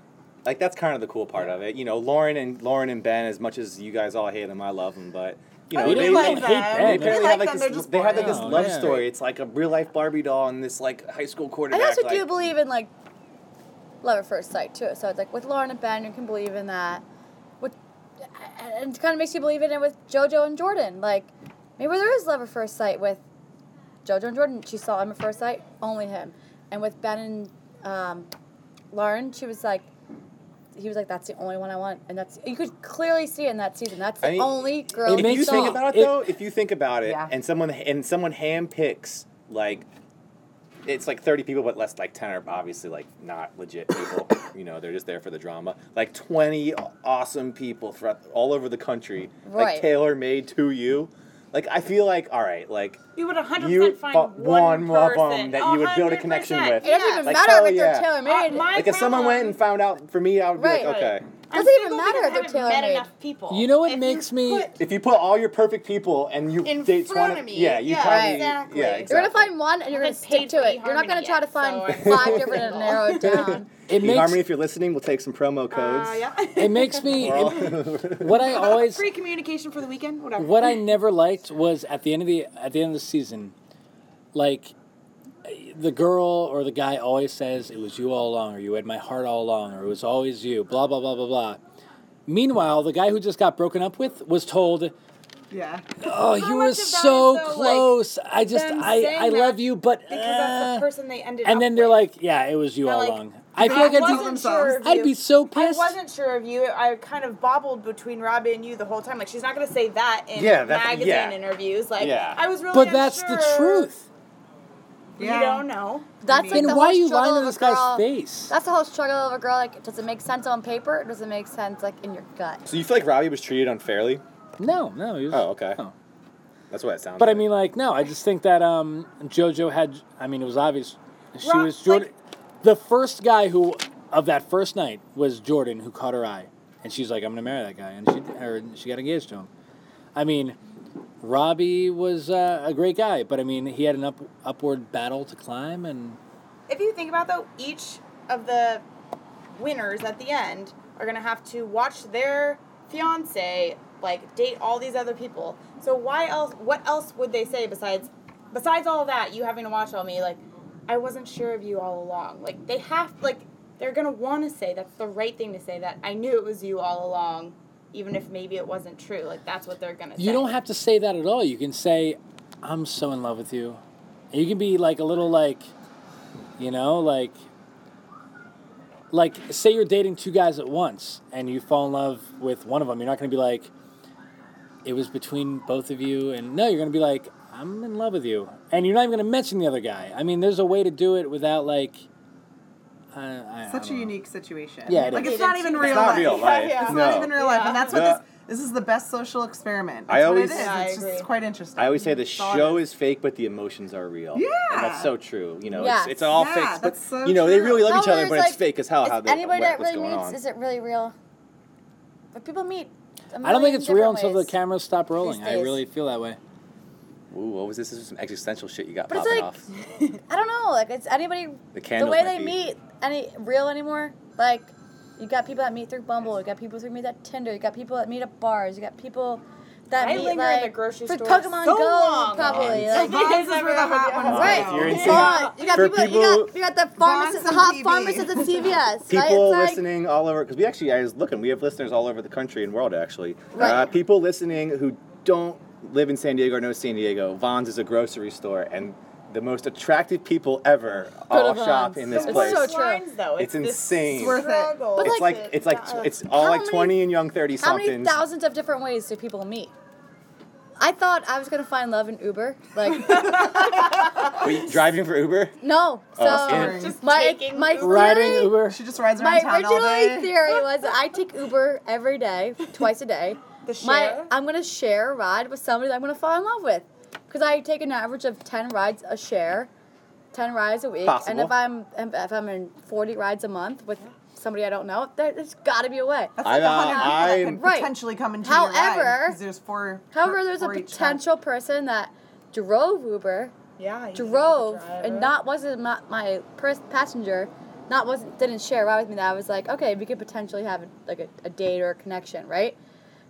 S2: Like that's kind of the cool part of it. You know, Lauren and Lauren and Ben. As much as you guys all hate them, I love them. But you know,
S1: We
S5: We
S2: they,
S1: didn't
S5: Oh, like
S1: even
S5: them.
S1: hate
S5: We
S2: they
S1: Ben.
S2: apparently
S5: like
S2: have like
S5: them,
S2: this.
S5: they're just
S2: they have like
S5: boring.
S2: this
S1: No,
S2: love
S1: yeah.
S2: story. It's like a real life Barbie doll and this like high school
S3: I
S2: quarterback.
S3: also
S2: like,
S3: do believe in like love at first sight too. So it's like with Lauren and Ben, you can believe in that. With and it kind of makes you believe in it with JoJo and Jordan. Like maybe there is love at first sight with JoJo and Jordan. She saw him at first sight, only him. And with Ben and um, Lauren, she was like. He was like, "That's the only one I want," and that's you could clearly see in that season. That's the
S2: I mean,
S3: only girl.
S1: it
S3: we
S2: if you
S1: makes
S3: saw.
S2: think about it,
S1: It-
S2: though, if you think about it,
S5: Yeah.
S2: and someone and someone handpicks like it's like thirty people, but less like ten are obviously like not legit people. you know, they're just there for the drama. Like twenty awesome people throughout all over the country,
S3: Right.
S2: like tailor made to you. Like I feel like all right, like
S4: You would 100%
S2: You
S4: find
S2: fought
S4: one,
S2: one of 'em
S4: person.
S2: that you would build a connection
S4: 100%.
S2: with.
S3: it doesn't
S4: Yeah.
S3: even
S2: Like,
S3: matter
S2: hell
S3: if they're
S2: yeah.
S3: Taylor
S4: Uh,
S3: made.
S4: my
S2: like if someone went
S4: problem-
S2: and found out for me, I would be
S3: Right.
S2: like, okay.
S3: Doesn't
S4: I'm
S3: even
S4: single
S3: matter if
S4: because
S3: they're
S4: I haven't met
S3: tailor-made.
S4: enough people.
S1: You know what
S4: If
S1: makes
S4: you
S1: me-
S4: put-
S2: If you put all your perfect people and you
S4: In
S2: date
S4: front
S2: one
S4: of me.
S2: yeah, you
S4: Yeah,
S2: probably
S4: exactly.
S2: yeah,
S4: You're
S2: exactly.
S3: You're gonna find one and you're gonna
S4: haven't
S3: stick
S4: paid
S3: to
S4: for
S3: it. You're not gonna
S4: eHarmony
S3: try to
S4: yet,
S3: find
S4: so I'm
S3: five
S4: not
S3: different and
S4: single.
S3: narrow it down.
S1: It makes,
S2: Harmony, if you're listening, we'll take some promo codes.
S4: Uh, yeah.
S1: it makes me,
S2: We're all-
S1: what I always,
S4: Free communication for the weekend, whatever.
S1: what I never liked was at the end of the at the end of the season, like the girl or the guy always says it was you all along, or you had my heart all along, or it was always you. Blah blah blah blah blah. Meanwhile, the guy who just got broken up with was told,
S5: Yeah.
S1: "Oh, you
S4: much
S1: were
S4: of that is,
S1: so
S4: though, like,
S1: close. I just
S4: them
S1: I
S4: saying
S1: I
S4: that
S1: love you, but."
S4: Because that's
S1: uh,"
S4: the person they ended up
S1: and then they're
S4: with.
S1: like, "Yeah, it was you all
S4: like,
S1: along." I feel like I'd be,
S5: wasn't- themselves.
S4: of
S1: I'd
S4: you.
S1: be so pissed.
S4: I wasn't sure of you. I kind of bobbled between Robbie and you the whole time. Like she's not gonna say that in
S2: Yeah, that-
S4: magazine
S2: yeah.
S4: interviews. Like
S2: Yeah.
S4: I was really.
S1: but that's the
S4: unsure.
S1: truth.
S5: Yeah.
S4: You don't know.
S3: That's like
S1: Then
S3: the
S1: why are
S3: whole
S1: you
S3: struggle
S1: lying to
S3: of a
S1: this guy's
S3: girl-
S1: face?
S3: That's the whole struggle of a girl. Like, does it make sense on paper? Or does it make sense like in your gut?
S2: So you feel like Robbie was treated unfairly?
S1: No, no. He was,
S2: Oh, okay.
S1: no.
S2: That's what it sounds.
S1: But I
S2: like.
S1: mean, like, no, I just think that um, JoJo had. I mean, it was obvious. She
S4: Rock-
S1: was Jordan.
S4: like-
S1: the first guy who of that first night was Jordan, who caught her eye, and she's like, "I'm gonna marry that guy," and she or she got engaged to him. I mean, Robbie was uh, a great guy, but I mean, he had an up, upward battle to climb, and
S4: If you think about though, each of the winners at the end are gonna have to watch their fiance like date all these other people. So why else? What else would they say besides besides all that? You having to watch all me like I wasn't sure of you all along. Like they have like they're gonna want to say that's the right thing to say that I knew it was you all along, even if maybe it wasn't true. Like that's what they're gonna.
S1: you
S4: say.
S1: don't have to say that at all. You can say, "I'm so in love with you," and you can be like a little like, you know, like like say you're dating two guys at once and you fall in love with one of them you're not going to be like it was between both of you and no you're going to be like i'm in love with you and you're not even going to mention the other guy i mean there's a way to do it without like I, I, I
S5: Such a
S1: don't know.
S5: unique situation.
S1: Yeah, it
S5: like
S1: is.
S5: it's not even real
S2: not
S5: life.
S2: real life.
S5: It's
S2: No.
S5: not even real life, and that's what
S2: Yeah.
S5: this. This is the best social experiment.
S2: I
S5: That's what
S2: always-
S5: it is.
S4: Yeah, I
S5: it's
S4: agree.
S5: just quite interesting.
S2: I always say the
S5: Saw
S2: show
S5: it.
S2: is fake, but the emotions are real.
S5: Yeah.
S2: and that's so true. You know,
S3: Yes.
S2: it's, it's all
S5: Yeah,
S2: fake, but
S5: that's so
S2: you know they
S5: true.
S2: really love each
S3: No,
S2: other,
S3: where
S2: but
S3: it's
S2: it's
S3: like,
S2: fake. Is how
S3: is
S2: how they
S3: anybody
S2: what-
S3: that
S2: what's
S3: really
S2: going
S3: meets
S2: on.
S3: is it really real? But people meet. I
S1: I don't think it's real until the
S3: camera.
S1: cameras stop rolling. I
S3: days.
S1: really feel that way.
S2: Ooh, what was this? This was some existential shit you got
S3: But it's
S2: popping
S3: like-
S2: off.
S3: I don't know. Like it's anybody.
S2: The
S3: The
S2: candles
S3: way
S2: might
S3: they
S2: be-
S3: meet any real anymore. Like you got people that meet through Bumble. You got people that meet at Tinder. You got people that meet at bars. You got people that
S4: I
S3: meet
S4: linger in
S3: like
S4: the grocery
S3: for
S4: store
S3: Pokemon
S4: so
S3: Go
S4: long.
S3: probably.
S5: So
S3: Like,
S4: Vons
S5: Vons is
S4: never
S5: where the
S4: had
S5: hot
S4: the
S5: ones
S3: Right,
S5: go.
S2: You're in-
S3: Vons. you got
S2: For
S3: people, You
S2: people-
S3: got you got the farmers,
S5: Vons
S3: the
S5: and
S3: hot
S5: TV.
S3: farmers at the CVS. right?
S2: People
S3: It's like-
S2: listening all over, because we actually, I was looking, we have listeners all over the country and world actually. Uh,
S3: Right.
S2: people listening who don't live in San Diego or know San Diego, Vons is a grocery store, and the most attractive people ever all
S3: to
S2: shop
S3: Vons.
S2: in this
S3: It's
S2: place.
S3: so
S4: It's lines, though.
S2: It's
S4: this
S2: insane. It's
S5: worth it.
S4: struggle.
S3: But
S2: it's like, it's like,
S4: Uh,
S2: it's all
S3: How
S2: like
S3: many-
S2: 20 and young 30
S3: How many
S2: somethings.
S3: thousands of different ways do people meet? I thought I was gonna find love in Uber. Like
S2: Wait, driving for Uber?
S3: no. So
S2: Oh,
S5: in-
S4: Just
S3: my
S4: taking
S3: my
S4: Uber.
S1: Riding
S3: theory-
S1: Uber.
S5: She just rides
S3: My
S5: around town all
S3: originally
S5: day.
S3: theory was that I take Uber every day, twice a day.
S4: The
S3: My
S4: share?
S3: I'm gonna share a ride with somebody that I'm gonna fall in love with, because I take an average of ten rides a share, ten rides a week. And
S2: Possible.
S3: if I'm if I'm in forty rides a month with somebody I don't know, there, there's got to be a way.
S5: That's like
S2: I, uh,
S5: 100 people
S2: I-
S5: that could
S3: Right.
S5: potentially come into your ride,
S3: However-
S5: 'cause there's four.
S3: However, there's a
S5: four each side.
S3: potential person that drove Uber,
S4: yeah, you
S3: drove,
S4: drive
S3: and
S4: it.
S3: not wasn't my, my pers- passenger, not wasn't didn't share a ride with me. That I was like, okay, we could potentially have like a, a date or a connection, right?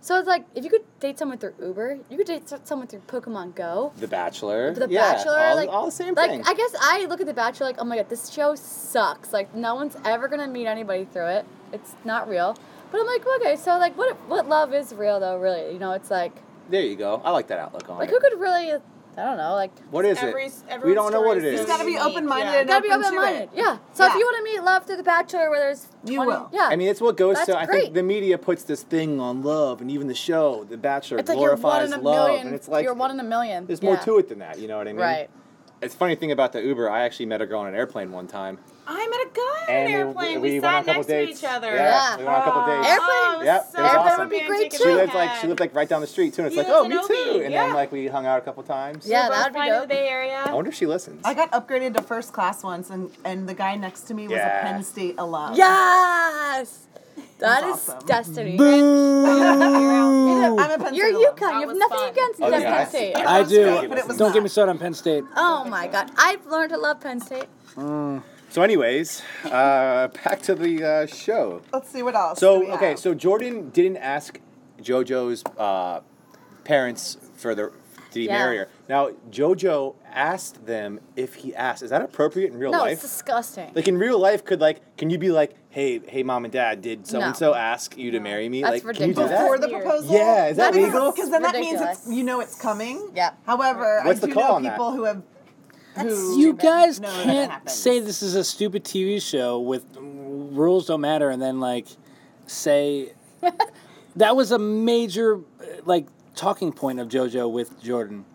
S3: So it's like if you could date someone through Uber, you could date so- someone through Pokemon Go.
S2: The Bachelor.
S3: The
S2: yeah,
S3: Bachelor,
S2: all,
S3: like
S2: all the same
S3: like
S2: thing.
S3: I guess I look at The Bachelor like, oh my god, this show sucks. Like no one's ever gonna meet anybody through it. It's not real. But I'm like, okay, so like what what love is real though? Really, you know, it's like
S2: there you go. I like that outlook on
S3: like
S2: it.
S3: who could really, I don't know, like
S2: What is
S4: Every-
S2: it? We
S4: everyone's
S2: don't know what it
S4: story
S2: is.
S4: is
S5: You gotta be
S4: Unique,
S5: open
S4: yeah.
S5: minded.
S3: You gotta be open minded. Yeah. So if
S5: Yeah.
S3: you want to meet love through The Bachelor, where there's
S5: You
S3: 20
S5: will.
S3: Yeah.
S2: I mean, it's what goes
S3: That's
S2: to. I
S3: great.
S2: think the media puts this thing on love, and even the show, The Bachelor,
S3: it's like you're one
S2: glorifies
S3: in a
S2: love,
S3: million.
S2: and it's like
S3: you're one in a million.
S2: There's
S3: yeah.
S2: more to it than that. You know what I mean?
S3: Right.
S2: It's a funny thing about the Uber. I actually met a girl on an airplane one time,
S4: I met a guy on
S2: and
S4: an
S2: we-
S4: airplane.
S2: we,
S4: We,
S2: went on a
S4: sat
S2: couple
S4: next
S2: dates.
S4: to each other.
S2: Yeah, we went on a couple dates.
S3: Airplane-
S4: Oh,
S2: Yep, it
S4: so
S2: was
S3: Airplane
S2: awesome.
S3: would be great,
S4: romantic.
S3: too.
S2: she
S3: She
S2: lived like she lived like right down the street too, and it's
S4: He
S2: like,
S4: lives
S2: oh,
S4: in
S2: me
S4: OB,
S2: too. And then
S4: yeah.
S2: like we hung out a couple times.
S3: Yeah,
S4: We're both
S3: that'd be
S4: flying to
S3: dope.
S4: the Bay
S2: I
S4: Area.
S2: wonder if she listens.
S5: I got upgraded to first class once, and, and the guy next to me was
S2: Yeah.
S5: a Penn State alum.
S3: Yes. That
S5: That's
S3: is
S5: awesome.
S3: destiny.
S5: I'm a Penn
S3: You're
S5: State
S3: UConn.
S5: alum.
S3: you have
S4: was
S3: nothing
S4: fun.
S3: against
S2: Oh,
S3: Penn
S2: yeah, I-
S3: State.
S2: I-
S1: I do.
S5: great, but it was
S1: Don't get
S5: not.
S1: me started on Penn State.
S3: oh my God. I've learned to love Penn State.
S2: So, anyways, uh, back to the uh, show.
S5: Let's see what else. do
S2: So
S5: we
S2: okay,
S5: have.
S2: so Jordan didn't ask JoJo's uh, parents for the did he
S3: Yeah.
S2: marry her? Now JoJo asked them if he asked. Is that appropriate in real
S3: No,
S2: life?
S3: it's disgusting.
S2: like in real life, could like can you be like, hey, hey, mom and dad, did so and so ask you to marry me?
S3: That's
S2: like, can you do
S3: ridiculous.
S5: before
S2: that?
S5: the
S4: Weird.
S5: proposal.
S2: Yeah, is that
S5: That is-
S2: legal?
S5: Because then that means it's,
S3: Ridiculous.
S5: you know it's coming.
S3: Yeah.
S5: However,
S2: What's the
S5: I do
S2: call
S5: know
S2: on that?
S5: people who have. Who
S1: You guys
S5: know that
S1: can't
S5: happens.
S1: say this is a stupid TV show with rules don't matter and then like say that was a major uh, like talking point of JoJo with Jordan.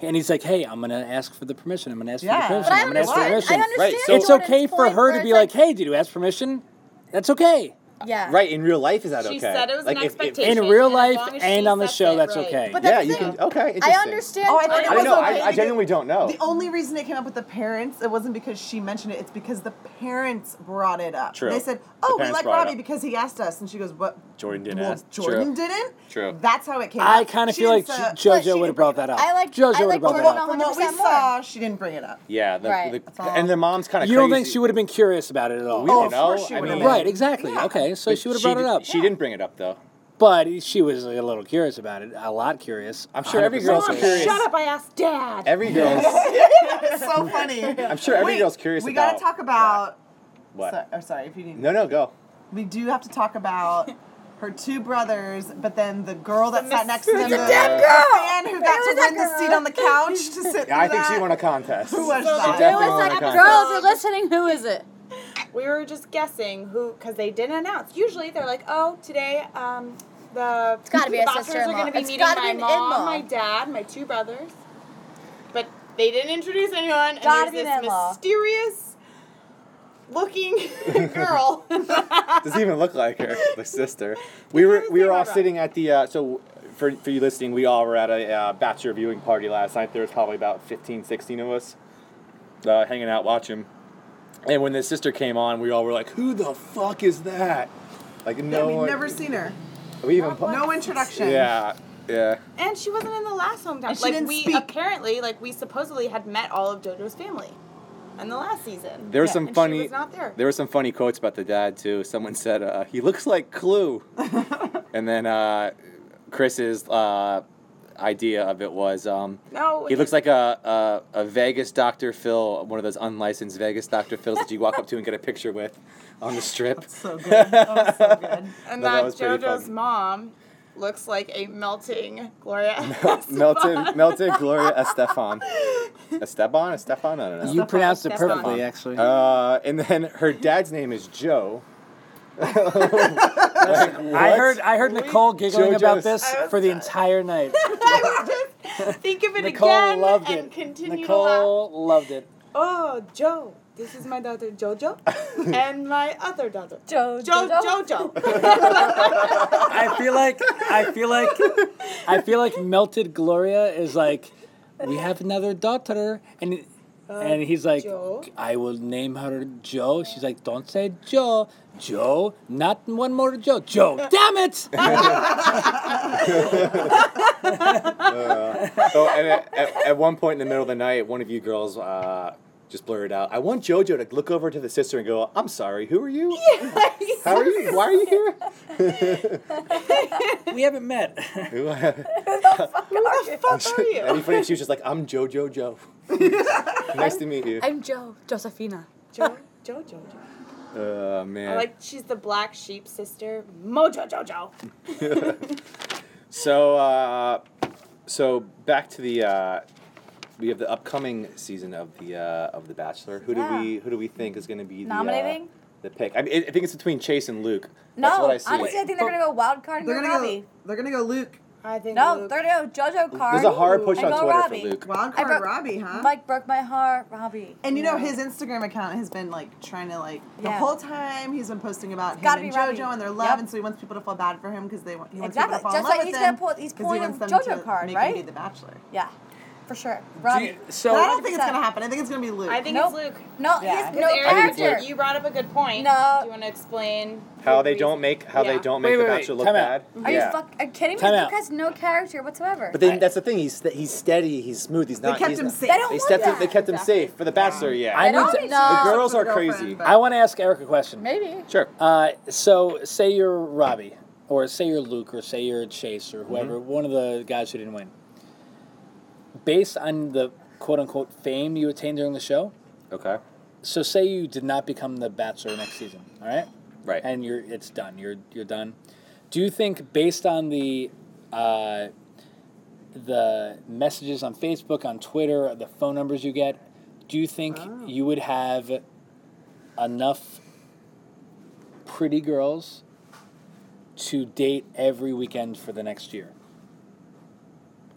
S1: And he's like, "Hey, I'm gonna ask for the permission. I'm gonna ask
S5: Yeah.
S1: for the permission.
S5: But
S3: I
S1: I'm gonna ask for
S3: understand-
S1: permission."
S3: I understand
S2: Right, so-
S1: it's
S3: Jordan's
S1: okay for
S3: point
S1: her
S3: where
S1: to
S3: it's
S1: be like, "Hey, did you ask permission?" That's okay.
S3: yeah.
S2: Right in real life, is that okay?
S4: She said it was
S2: like
S4: an
S2: if, if,
S1: In
S4: expectation.
S1: real
S4: And as
S1: life
S4: long as
S1: and
S4: she
S1: on the
S4: sets
S1: show,
S4: it
S1: that's
S4: right.
S1: okay.
S3: But
S2: yeah,
S3: that's
S2: you
S3: the
S2: can.
S3: thing.
S2: Okay,
S3: I
S2: interesting.
S3: understand.
S5: Oh, I thought
S3: Jordan
S5: it
S2: I
S5: was
S2: don't know.
S5: okay.
S2: I, I genuinely don't know.
S5: The only reason it came up with the parents, it wasn't because she mentioned it. It's because the parents brought it up.
S2: True.
S5: They said,
S2: The
S5: "Oh, we
S2: parents
S5: like
S2: brought it
S5: Robbie
S2: up.
S5: because he asked us," and she goes, "What?
S2: Jordan didn't
S5: well,
S2: ask." True.
S5: Jordan didn't."
S2: True.
S5: That's how it came.
S1: I
S5: up.
S1: kind of
S5: She
S1: feel like
S5: didn't
S1: Jo-
S5: say-
S3: But she
S1: JoJo would
S3: didn't
S1: have brought
S3: bring
S1: that
S3: it
S1: up.
S3: up. I like-
S1: JoJo
S3: I
S1: would have
S3: like
S1: brought
S5: From
S1: that
S3: Jordan
S1: up.
S5: what, from what we
S3: 100% more.
S5: saw, she didn't bring it up.
S2: yeah, the,
S3: Right.
S2: the,
S5: That's all.
S2: and their mom's kind of.
S1: You don't think she would have been curious about it at all?
S2: We don't
S5: Oh, of
S2: know.
S5: course she
S2: I
S5: would
S2: mean,
S5: have
S1: Right, exactly.
S5: Yeah.
S1: Okay, so
S2: but
S1: she would have brought
S2: did-
S1: it up.
S2: She didn't bring it up though.
S1: But she was a little curious about it, a lot curious.
S2: I'm sure every
S1: 100%
S2: girl's
S4: Mom,
S2: curious.
S4: shut up! I asked Dad.
S2: Every girl's
S5: It's so funny.
S2: I'm sure every
S5: Wait,
S2: girl's curious
S5: We
S2: about
S5: gotta talk about.
S2: what?
S5: so- or sorry, if you need.
S2: No, no, go.
S5: We do have to talk about her two brothers, but then the girl that sat next to them, the,
S2: damn
S5: fan who got to
S3: was
S5: win
S3: that
S5: the seat on the couch to sit. through
S2: Yeah, I think
S5: that.
S2: she won a contest.
S5: Who was
S4: So
S5: that?
S4: the
S3: It
S2: Definitely
S3: was
S2: won a
S3: like, girls,
S2: contest.
S3: you're listening. Who is it?
S4: We were just guessing who, because they didn't announce. Usually they're like, oh, today, um, the it's
S3: gotta be a
S4: boxers are
S3: sister-in-law.
S4: going to be
S3: It's
S4: meeting
S3: gotta
S4: my
S3: be an
S4: mom,
S3: in-law.
S4: my dad, my two brothers. But they didn't introduce anyone, and
S3: Gotta
S4: there's
S3: be an
S4: this
S3: in-law.
S4: mysterious looking girl.
S2: Doesn't even look like her, the sister. We were we were all
S4: Sarah.
S2: sitting at the uh, so for for you listening, we all were at a uh, bachelor viewing party last night. There was probably about 15, 16 of us uh, hanging out watching. And when the sister came on, we all were like, "Who the fuck is that?" Like no
S5: we've
S2: one.
S5: never seen her.
S2: we even pu-
S5: No introduction.
S2: Yeah, yeah.
S4: and she wasn't in the last hometown.
S5: And she
S4: like
S5: didn't
S4: we
S5: speak.
S4: apparently, like we supposedly had met all of JoJo's family, in the last season.
S2: There were
S5: Yeah,
S2: some
S4: and she
S2: funny.
S4: was not there.
S2: were some funny quotes about the dad too. Someone said, uh, "He looks like Clue," and then uh, Chris's uh, idea of it was, um,
S4: No,
S2: he looks like a, a a Vegas Dr. Phil, one of those unlicensed Vegas Dr. Phils that you walk up to and get a picture with on the strip."
S5: So good. That was so good.
S2: No, that
S4: And that,
S2: was pretty
S4: JoJo's
S2: fun.
S4: mom looks like a melting Gloria.
S2: melted, melted Gloria Estefan. Esteban, Estefan, I don't know.
S1: You pronounced it
S4: Stefan.
S1: perfectly, actually.
S2: uh, and then her dad's name is Joe.
S1: I heard I heard Nicole giggling about
S2: JoJo's-
S1: this
S4: I was-
S1: for the entire night.
S4: I was just think of it
S1: Nicole
S4: again
S1: loved
S4: and
S1: it.
S4: continue to laugh.
S1: Nicole loved it.
S4: Oh, Joe. This is my daughter JoJo and my other daughter.
S3: Joe,
S4: Jo JoJo.
S1: I feel like I feel like I feel like melted Gloria is like we have another daughter and and he's like
S4: Joe.
S1: I will name her Joe. She's like don't say Joe. Joe, not one more Joe. Joe, damn it!
S2: So and at, at, at one point in the middle of the night, one of you girls uh, just blurted out, "I want JoJo to look over to the sister and go, I'm sorry, who are you? How are you? Why are you here?'"
S1: we haven't met.
S2: Who- That'd
S4: What the fuck are
S2: be
S4: you?
S2: funny if she was just like, "I'm JoJo Joe. nice to meet you."
S3: I'm Joe Josephina.
S4: Jo Jo JoJo.
S2: Oh man.
S4: I like she's the black sheep sister, Mojo JoJo.
S2: So, uh, so back to the uh, we have the upcoming season of the uh, of the Bachelor. Who do
S3: Yeah.
S2: we who do we think is going to be the, uh,
S3: Nominating?
S2: the pick? I, mean, I- I think it's between Chase and Luke. That's
S3: No,
S2: what I see.
S3: honestly, I think they're gonna go wild card and
S5: They're
S3: go
S5: gonna
S3: Robbie.
S5: go. They're gonna go Luke.
S4: I think
S3: No,
S4: Luke-
S3: they're gonna go JoJo card.
S2: There's a hard push
S3: and
S2: on
S3: go
S2: Twitter
S3: Robbie.
S2: for Luke.
S5: Wild
S3: I
S5: card
S3: broke-
S5: Robbie, huh?
S3: Mike broke my heart, Robbie.
S5: and you know his Instagram account has been like trying to like the
S3: Yeah.
S5: whole time he's been posting about him
S3: gotta
S5: and
S3: be Robbie.
S5: JoJo and their love,
S3: Yep.
S5: and so he wants people to feel bad for him because they want he wants
S3: Exactly.
S5: people to fall
S3: Just
S5: in love
S3: like
S5: with
S3: he's
S5: him
S3: gonna pull- he's
S5: 'cause
S3: pulling
S5: he wants
S3: a
S5: them
S3: JoJo
S5: to
S3: card,
S5: make
S3: right?
S5: Him be the Bachelor.
S3: Yeah, for sure.
S1: Do
S3: Robbie.
S1: you- so
S5: But I don't think it's gonna
S3: 100%.
S5: happen. I think it's gonna be Luke.
S4: I think
S3: Nope.
S4: it's Luke.
S3: no,
S5: Yeah.
S3: he's
S4: Because
S3: no
S4: Eric,
S3: character.
S4: you brought up a good point.
S3: No.
S4: Do you want to explain
S2: How
S4: the
S2: they don't
S4: reason-
S2: make how
S4: Yeah.
S2: they don't make
S1: Wait,
S2: the
S1: wait, wait,
S2: Bachelor look
S1: time
S2: bad.
S1: out.
S3: Are
S2: yeah.
S3: you fuck? Are you kidding me?
S1: Time
S3: Luke
S1: out.
S3: has no character whatsoever.
S2: but then that's the thing. He's he's steady. He's smooth. He's not.
S5: kept
S2: he's
S5: him
S2: not-
S5: safe.
S3: They don't
S2: They
S3: want
S2: stepped. Him,
S3: that.
S2: they kept him
S5: Exactly.
S2: said for the Bachelor. Yeah.
S1: I
S3: I don't
S1: need
S3: think
S1: to,
S3: so.
S2: the girls
S5: For
S2: are
S5: the
S2: crazy.
S5: girlfriend,
S1: I want to ask Eric a question.
S3: Maybe.
S2: Sure.
S1: Uh, so say you're Robbie, or say you're Luke, or say you're Chase, or whoever, one of the guys who didn't win. Based on the quote unquote fame you attained during the show,
S2: Okay.
S1: so say you did not become the Bachelor next season, all right?
S2: Right.
S1: And you're it's done. You're you're done. Do you think based on the uh, the messages on Facebook, on Twitter, the phone numbers you get, do you think you would have enough pretty girls to date every weekend for the next year?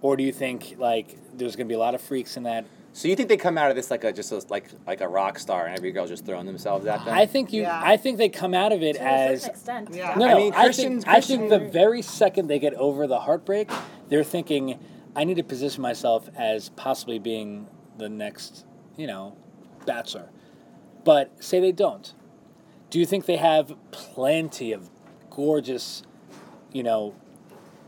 S1: Or do you think like there's gonna be a lot of freaks in that?
S2: So you think they come out of this like a just a, like like a rock star, and every girl's just throwing themselves at them?
S1: I think you.
S5: Yeah.
S1: I think they come out of it
S4: To a
S1: as
S4: certain extent.
S5: Yeah.
S1: No,
S2: I
S1: no, I,
S2: mean, Christians-
S1: think, I think the very second they get over the heartbreak, they're thinking, I need to position myself as possibly being the next, you know, bachelor. But say they don't. Do you think they have plenty of gorgeous, you know,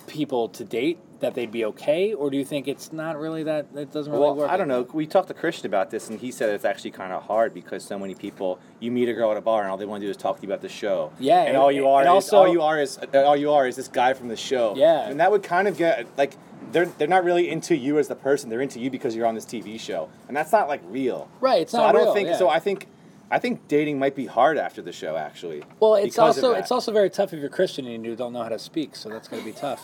S1: people to date that they'd be okay? Or do you think it's not really that, it doesn't really
S2: Well,
S1: work?
S2: I don't know. We talked to Christian about this, and he said it's actually kind of hard because so many people. You meet a girl at a bar, and all they want to do is talk to you about the show.
S1: Yeah,
S2: and all you
S1: and-
S2: are
S1: and
S2: is
S1: also-
S2: all you are is uh, all you are is this guy from the show.
S1: Yeah.
S2: and that would kind of get like they're they're not really into you as the person. They're into you because you're on this TV show, and that's not like real.
S1: Right, it's
S2: so
S1: not
S2: I don't
S1: real,
S2: think
S1: yeah.
S2: so. I think I think dating might be hard after the show. Actually.
S1: Well, it's
S2: because of
S1: also
S2: that.
S1: it's also very tough if you're Christian and you don't know how to speak, so that's going to be tough.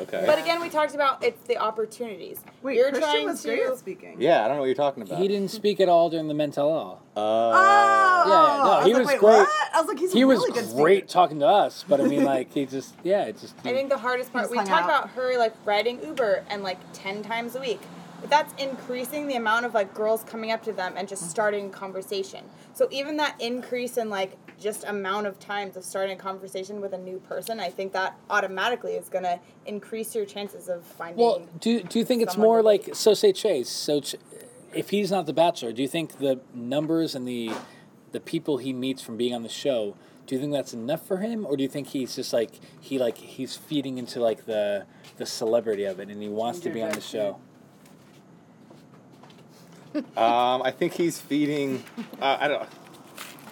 S2: okay.
S4: But again, we talked about it's the opportunities.
S5: Wait,
S4: You're
S5: Christian
S4: trying
S5: was
S4: to.
S5: great at speaking.
S2: yeah, I don't know what you're talking about. Uh,
S1: he didn't speak at all during the mental all.
S5: Oh,
S1: Yeah, no,
S5: I
S1: he
S5: like,
S1: was
S5: Wait,
S1: great.
S5: What? I was like, he's
S1: he
S5: a
S1: was
S5: really good speaker.
S1: great talking to us, but I mean, like, he just, yeah, it just.
S4: I think the hardest part
S5: Just
S4: we
S5: hung
S4: talked
S5: out.
S4: about her like riding Uber and like ten times a week. but that's increasing the amount of like girls coming up to them and
S5: Mm-hmm.
S4: just starting conversation. So even that increase in like just amount of times of starting a conversation with a new person, I think that automatically is gonna increase your chances of finding.
S1: Well, do do you think it's
S4: someone
S1: more
S4: with-
S1: like so say Chase? So, Ch- if he's not the Bachelor, do you think the numbers and the the people he meets from being on the show, do you think that's enough for him, or do you think he's just like he like he's feeding into like the the celebrity of it and he wants to be on the show?
S2: Um, I think he's feeding. Uh, I don't.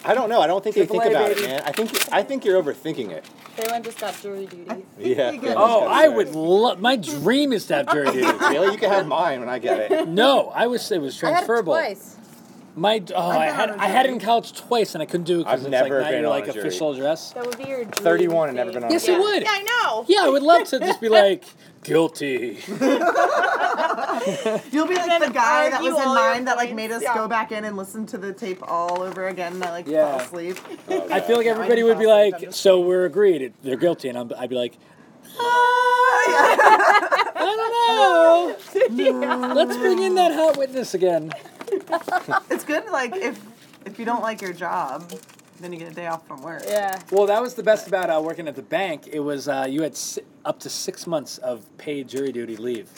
S2: I don't know. I don't think they think
S1: Chick-fil-A,
S2: about
S1: baby.
S2: it, man. I think I think you're overthinking it.
S4: Phelan just got jury duty.
S2: Yeah.
S5: they
S2: Phelan's
S5: get-
S2: got
S1: Oh, I
S2: jury.
S1: would love. My dream is to have jury duty.
S2: Really, you can have mine when I get it.
S1: No, I wish it was
S3: I had it
S1: transferable.
S3: twice.
S1: My oh, I had
S5: on a
S1: I had it
S5: jury.
S1: in college twice and I couldn't do it because
S2: I've
S1: it's
S2: never
S1: like not
S2: been
S1: your
S2: on
S1: like
S2: a jury.
S1: official dress.
S4: That would be your dream
S2: 31 and never
S4: thing.
S2: been on a
S1: Yes, it
S2: jury.
S1: would.
S4: Yeah, I know.
S1: Yeah, I would love to just be like guilty.
S5: You'll be like
S4: then
S5: the guy that
S4: argue
S5: was in
S4: all your
S5: mine that like
S4: points,
S5: made us
S4: yeah.
S5: go back in and listen to the tape all over again. And I like
S1: Yeah.
S5: fell asleep.
S2: Oh,
S1: I
S2: God.
S1: feel like everybody would be
S5: thought sometimes
S1: like,
S5: it's
S1: so we're agreed, it- they're guilty, and I'm, I'd be like, I don't know. Let's bring in that hot witness again.
S5: It's good like if if you don't like your job, then you get a day off from work.
S4: Yeah.
S1: Well, that was the best about uh, working at the bank. It was uh, you had s- up to six months of paid jury duty leave,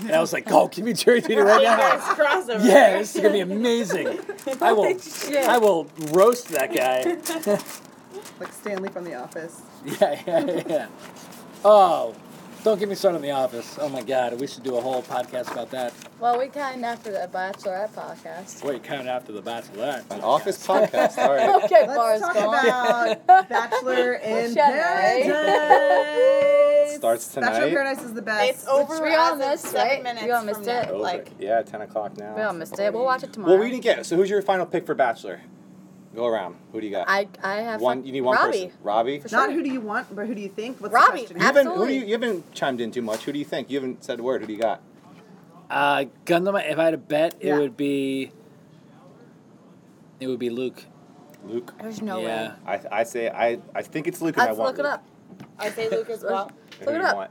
S1: and I was like, oh, give me jury duty right now.
S4: Nice crossover.
S1: Yeah, this is gonna be amazing. I will, I will roast that guy.
S5: Like Stanley from The Office.
S1: Yeah, yeah, yeah. Oh, don't get me started on The Office. Oh my God, we should do a whole podcast about that.
S3: Well, we kind after the Bachelorette podcast.
S1: Wait, kind of after the Bachelorette.
S2: An office podcast. All right.
S3: Okay,
S5: Let's
S3: bars
S5: talk
S3: gone.
S5: about Bachelor in
S3: Shut up.
S5: Paradise.
S2: Starts
S5: Bachelor in
S2: tonight.
S5: Paradise is the best.
S4: It's over.
S3: we all
S4: as of
S3: missed,
S4: seven
S3: right?
S4: Minutes
S3: We all
S4: from
S3: missed
S4: now,
S3: it.
S2: Over.
S4: Like
S2: yeah, 10 o'clock now.
S3: We almost did. We'll watch it tomorrow.
S2: Well, we didn't get it. So who's your final pick for Bachelor? Go around. Who do you got?
S3: I I have
S2: one. You need one
S3: Robbie.
S2: person. Robbie.
S3: For sure.
S5: Not who do you want, but who do you think? What's
S3: Robbie,
S5: the question?
S2: You haven't, who do
S3: Absolutely.
S2: you, you haven't chimed in too much. Who do you think? You haven't said a word. Who do you got?
S1: Uh, gun to my. If I had a bet, it
S5: Yeah.
S1: would be. It would be Luke.
S2: Luke.
S3: There's no way.
S1: yeah.
S2: I, I say I, I think it's Luke. and I
S3: Let's
S2: want
S3: look it
S2: Luke.
S3: up.
S4: I say Luke as well.
S2: Who do
S3: Look it
S2: you
S3: up.
S2: want?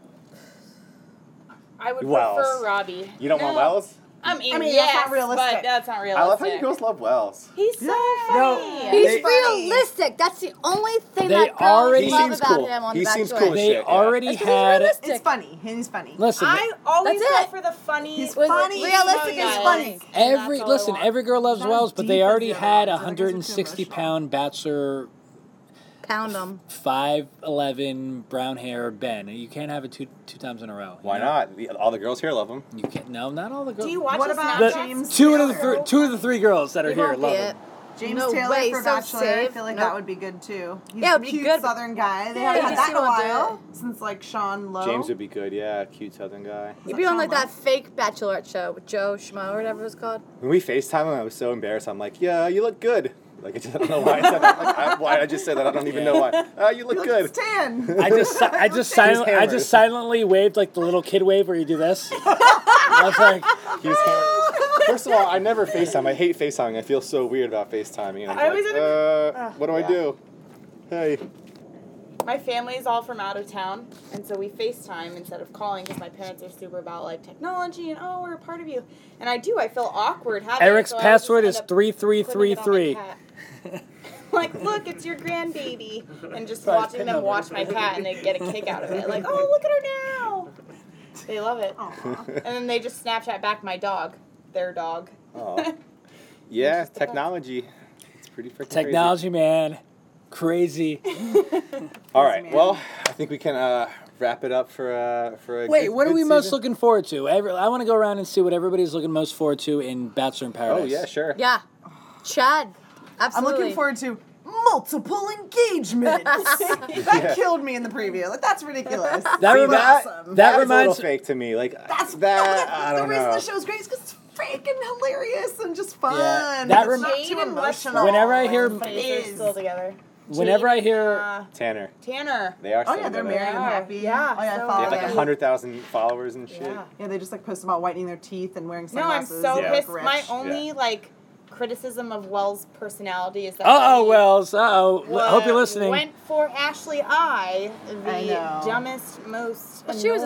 S4: I would
S2: Wells.
S4: prefer Robbie.
S2: You don't want
S3: No.
S2: Wells?
S4: I mean,
S5: I mean,
S4: yes,
S5: that's not realistic.
S4: but that's not realistic.
S2: I love how you girls love Wells.
S4: He's so funny.
S3: He's
S2: They-
S3: realistic. That's the only thing
S1: They
S3: that girls
S1: already-
S3: love
S1: He seems
S3: about
S2: cool.
S3: him on
S2: He
S3: The
S2: seems cool
S3: Bachelor.
S2: as
S1: They
S2: shit, yeah.
S1: already
S3: That's 'cause he's
S1: had.
S3: realistic.
S5: It's funny. He's funny.
S1: Listen,
S4: I always
S3: That's
S4: go
S3: it.
S4: for the funny.
S5: He's
S3: Was
S5: funny.
S3: Realistic
S4: Yeah.
S3: is funny.
S1: every
S4: That's all I
S1: listen,
S4: want.
S1: every girl loves
S5: Not as
S1: Wells, but they
S5: deep as
S1: already
S5: the other
S1: had a
S5: ones. I think it's too
S1: 160
S5: emotional.
S1: pound bachelor,
S3: Pound him.
S1: 5'11 brown hair Ben. You can't have it two two times in a row. you
S2: Why
S1: know?
S2: not? The- All the girls here love him.
S1: You can't. No, not all the girls.
S4: Do you watch
S5: What
S4: his
S5: about
S1: the,
S4: Snapchats?
S5: James
S1: two of the
S5: Taylor?
S1: three two of the three girls that are
S3: He
S1: here
S3: won't be
S1: love him.
S3: it.
S5: James
S3: No
S5: Taylor
S3: way,
S5: for
S3: so
S5: Bachelor. I
S3: safe.
S5: feel like
S3: Nope.
S5: that would be good too. He's
S3: Yeah,
S5: a
S3: it would be
S5: cute
S3: good, but-
S5: Southern guy. They
S3: Yeah,
S5: haven't
S3: you
S5: had
S3: just
S5: that in a
S3: don't do
S5: while since like Sean
S3: Oh.
S5: Lowe.
S2: James would be good. Yeah, cute Southern guy.
S3: You'd be on like that fake Bachelorette show with Joe Schmo or whatever it was called.
S2: When we FaceTime him, I was so embarrassed. I'm like, yeah, you look good. Like, I, just, I don't know why I said that. Like, I, why I just said that. I don't even know why. Uh, you look
S5: Look,
S2: good.
S5: it's tan.
S1: I just si- I just silent, I
S2: hammered.
S1: just silently waved like the little kid wave where you do this. I was like,
S2: He was hammered. First of all, I never FaceTime. I hate FaceTiming. I feel so weird about FaceTiming. And I'm
S4: I
S2: like,
S4: was in a-
S2: uh, what do I
S4: yeah.
S2: do? Hey.
S4: My family's all from out of town, and so we FaceTime instead of calling because my parents are super about like technology and oh, we're a part of you. And I do, I feel awkward having. it,
S1: Eric's
S4: so I always
S1: password is
S4: just end up
S1: three three
S4: putting
S1: three
S4: it on my
S1: three.
S4: cat. like, look, it's your grandbaby, and just
S1: Right,
S4: watching
S1: pin
S4: them
S1: number.
S4: watch my cat, and they get a kick out of it. Like, oh, look at her now. They love it. And then they just Snapchat back my dog, their dog.
S2: Oh. Yeah, technology. It's pretty freaking crazy.
S1: Technology man, crazy.
S2: All right.
S5: man.
S2: Well, I think we can uh, wrap it up for uh, for a
S1: Wait,
S2: good-
S1: what are
S2: good
S1: we most
S2: season.
S1: looking forward to? Every, I want to go around and see what everybody's looking most forward to in Bachelor in Paradise.
S2: Oh yeah, sure.
S3: Yeah. Chad.
S5: I'm
S3: Absolutely.
S5: looking forward to multiple engagements. that killed me in the preview. Like that's ridiculous.
S1: That, remi-
S2: That,
S1: that
S5: awesome.
S2: that
S1: reminds
S2: reminds me fake to me. Like
S5: That's
S2: that.
S5: no,
S2: I
S5: the
S2: don't
S5: reason
S2: know.
S5: the show's great is because it's freaking hilarious and just fun.
S1: that
S5: It's
S1: rem-
S5: not
S4: Jade
S5: too
S4: and
S5: emotional.
S1: Whenever I hear-
S5: It
S4: Faces
S5: is.
S4: still together.
S1: whenever I hear
S4: Uh,
S2: Tanner.
S4: Tanner.
S2: They are.
S5: Oh
S2: still
S5: yeah,
S2: together.
S5: they're married and
S4: Yeah.
S5: happy.
S4: Yeah,
S5: Oh
S4: so
S5: yeah, I
S2: They
S5: follow
S2: have like
S5: that.
S4: Yeah.
S2: hundred thousand followers and shit.
S4: Yeah.
S5: Yeah, they just like post about whitening their teeth and wearing
S4: No, I'm
S5: sunglasses.
S4: so
S5: and,
S2: Yeah.
S5: like,
S4: pissed.
S5: rich.
S4: My only
S2: Yeah.
S4: like criticism of Wells' personality is that.
S1: Uh oh,
S4: he
S1: Wells. Uh oh.
S4: wa-
S1: Hope you're listening.
S4: Went for Ashley I, the
S5: I know.
S4: dumbest, most.
S3: Well, she was a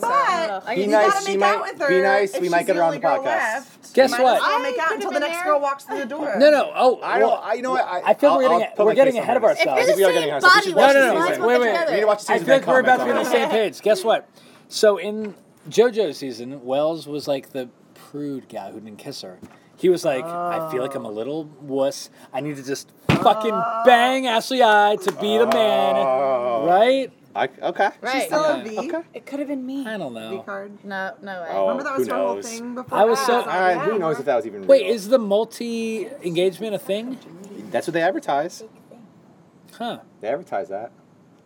S3: slut, so-
S4: Ugh.
S3: I
S2: Be
S5: you
S3: nice,
S5: gotta
S2: she
S5: make
S2: might-
S5: out with her.
S2: be nice,
S5: If
S2: we might
S5: she's
S2: get her
S5: the
S2: on
S5: only
S2: the
S5: girl
S2: podcast.
S5: Left,
S1: Guess
S5: you might as
S1: what?
S5: well make
S4: I
S5: out
S4: could've
S5: until the
S4: been
S5: next
S4: there.
S5: girl walks through the door.
S1: No, no. Oh,
S2: I
S1: well,
S2: don't. I, you know what? I,
S1: I feel
S2: I'll-
S1: we're getting
S2: I'll
S1: a-
S2: put
S1: we're
S2: my
S1: getting
S2: case on
S1: ahead of
S2: this.
S1: ourselves.
S2: I think we are getting ahead of ourselves.
S3: If
S2: We
S3: you're
S2: should
S3: the
S2: watch
S1: same body,
S2: the season.
S1: wait, wait, wait.
S2: We need to watch the
S1: I
S2: season.
S1: feel like
S2: then
S1: we're about to be
S2: comment
S1: on the
S2: on
S1: same
S2: it.
S1: page. Guess what? So in JoJo's season, Wells was like the prude guy who didn't kiss her. He was like, I feel like I'm a little wuss. I need to just fucking
S5: Uh.
S1: bang Ashley I to be the man,
S2: Oh.
S1: right?
S2: I, okay.
S3: Right.
S5: Still a V.
S2: Okay.
S4: It could have been me.
S1: I don't
S5: V
S1: know.
S5: card.
S3: No, no way.
S2: Oh.
S5: Remember that
S2: who
S5: was her whole
S2: knows?
S5: thing before.
S1: I was so-
S5: that?
S2: Uh,
S5: Yeah.
S2: Who knows if that was even real?
S1: Wait, is the multi engagement a thing?
S2: that's what they advertise?
S1: Huh?
S2: They advertise that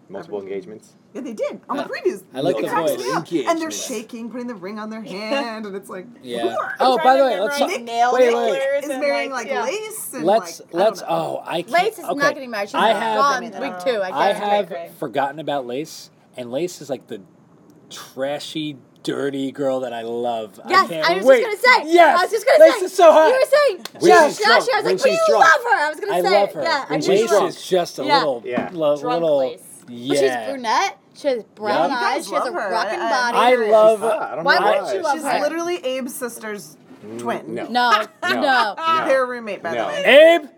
S2: multiple engagements.
S5: Yeah, they did on the
S1: Uh,
S5: previews.
S1: I like
S5: It
S1: the
S5: cracks
S1: voice.
S5: me up. And they're
S2: Engagement.
S5: shaking, putting the ring on their hand, and it's like,
S1: Yeah.
S5: who are-
S1: Oh,
S4: Trying
S1: by
S4: to
S1: the way, let's
S4: memorize
S1: talk-
S4: nail
S1: wait, wait, wait.
S4: colors
S5: is
S4: and,
S5: marrying
S4: like,
S5: like,
S4: yeah.
S5: lace and
S1: Let's
S5: like, I don't
S1: let's.
S5: know.
S1: Oh, I can't.
S3: Lace is
S1: okay.
S3: not getting married. She's
S1: I
S3: gone
S1: have
S3: week
S4: Oh.
S3: two. I,
S1: I
S3: guess.
S1: have
S4: Right, right.
S1: forgotten about Lace, and Lace is like the trashy, dirty girl that I love.
S3: Yes,
S1: I, can't
S3: I was
S1: wait.
S3: just gonna say.
S1: Yes,
S3: I was just gonna
S1: Lace
S3: say.
S1: is so hot.
S3: You were saying.
S2: When
S3: yeah,
S2: she's
S3: yeah,
S2: drunk,
S3: She, I was
S2: when
S3: like, but
S2: she's
S3: you
S2: drunk.
S3: love her. I was gonna
S1: I
S3: say.
S1: love
S3: it.
S1: her.
S3: Yeah, I
S2: When
S3: knew
S2: she's
S3: you
S1: Lace
S3: were.
S2: drunk.
S1: is just a
S3: Yeah.
S1: little,
S2: Yeah.
S1: lo-
S4: Drunk
S1: little,
S4: Lace.
S1: yeah.
S3: Well, she's brunette. She has brown
S5: You guys
S3: eyes. She has a
S5: love her.
S3: rocking
S5: I-
S3: body.
S1: I love.
S2: Ah, I don't
S3: Why
S2: know
S3: wouldn't you love
S5: She's
S3: her?
S5: literally Abe's sister's
S2: Mm,
S5: twin.
S2: no.
S3: No,
S2: No.
S3: no.
S2: No.
S5: They're a roommate, by
S2: No.
S5: the way.
S1: Abe.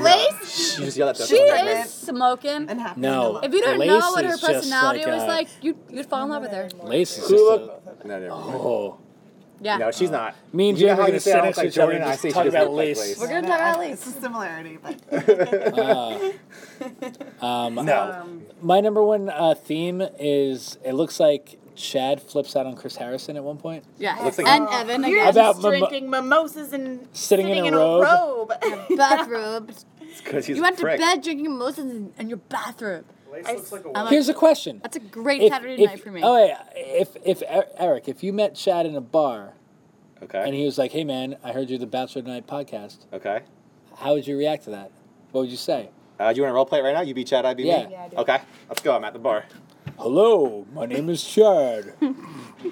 S3: Lace,
S2: You just yelled at that.
S3: she
S5: pregnant.
S3: is smoking.
S5: And happy
S1: No.
S5: to love.
S3: If you don't
S1: Lace
S3: know what her
S1: is just
S3: personality
S1: like
S3: was
S1: a-
S3: like, you you'd fall in love with her.
S1: Lace is just a.
S2: Hula. No, never mind.
S1: Oh.
S3: Yeah.
S2: No, she's not.
S1: Me and
S2: You know
S1: Jim are
S2: how you
S1: gonna
S2: say
S1: sit
S2: I
S1: next
S2: look
S1: to
S2: like
S1: each other
S2: Jordan?
S1: and
S2: I say
S1: talk
S2: she doesn't
S1: about
S2: look like
S1: Lace.
S2: Lace.
S3: We're gonna talk about Lace.
S5: It's a similarity, but
S1: Um,
S2: No.
S3: um,
S1: My number one uh, theme is it looks like Chad flips out on Chris Harrison at one point.
S3: Yeah.
S2: Looks like-
S3: and Evan
S4: You're
S3: again.
S1: About
S4: just
S1: mimo-
S4: drinking mimosas and
S1: Sitting in a robe.
S4: robe.
S3: bathrobe.
S2: Because he's
S3: You
S2: a
S3: went to
S2: prick.
S3: bed drinking mimosas in, in your bathrobe.
S6: Lace looks like a woman.
S3: I'm
S1: Here's a question.
S3: That's a great
S1: If-
S3: Saturday
S1: if-
S3: night for me.
S1: Oh yeah, if if Er- Eric, if you met Chad in a bar
S2: Okay.
S1: and he was like, "Hey man, I heard you the Bachelor Night podcast,"
S2: okay.
S1: how would you react to that? What would you say?
S2: Uh, do you want to role play it right now? You beat Chad, I beat
S1: Yeah.
S2: me.
S1: Yeah,
S4: I do.
S2: okay. Let's go. I'm at the bar.
S1: Hello, my name is Chad.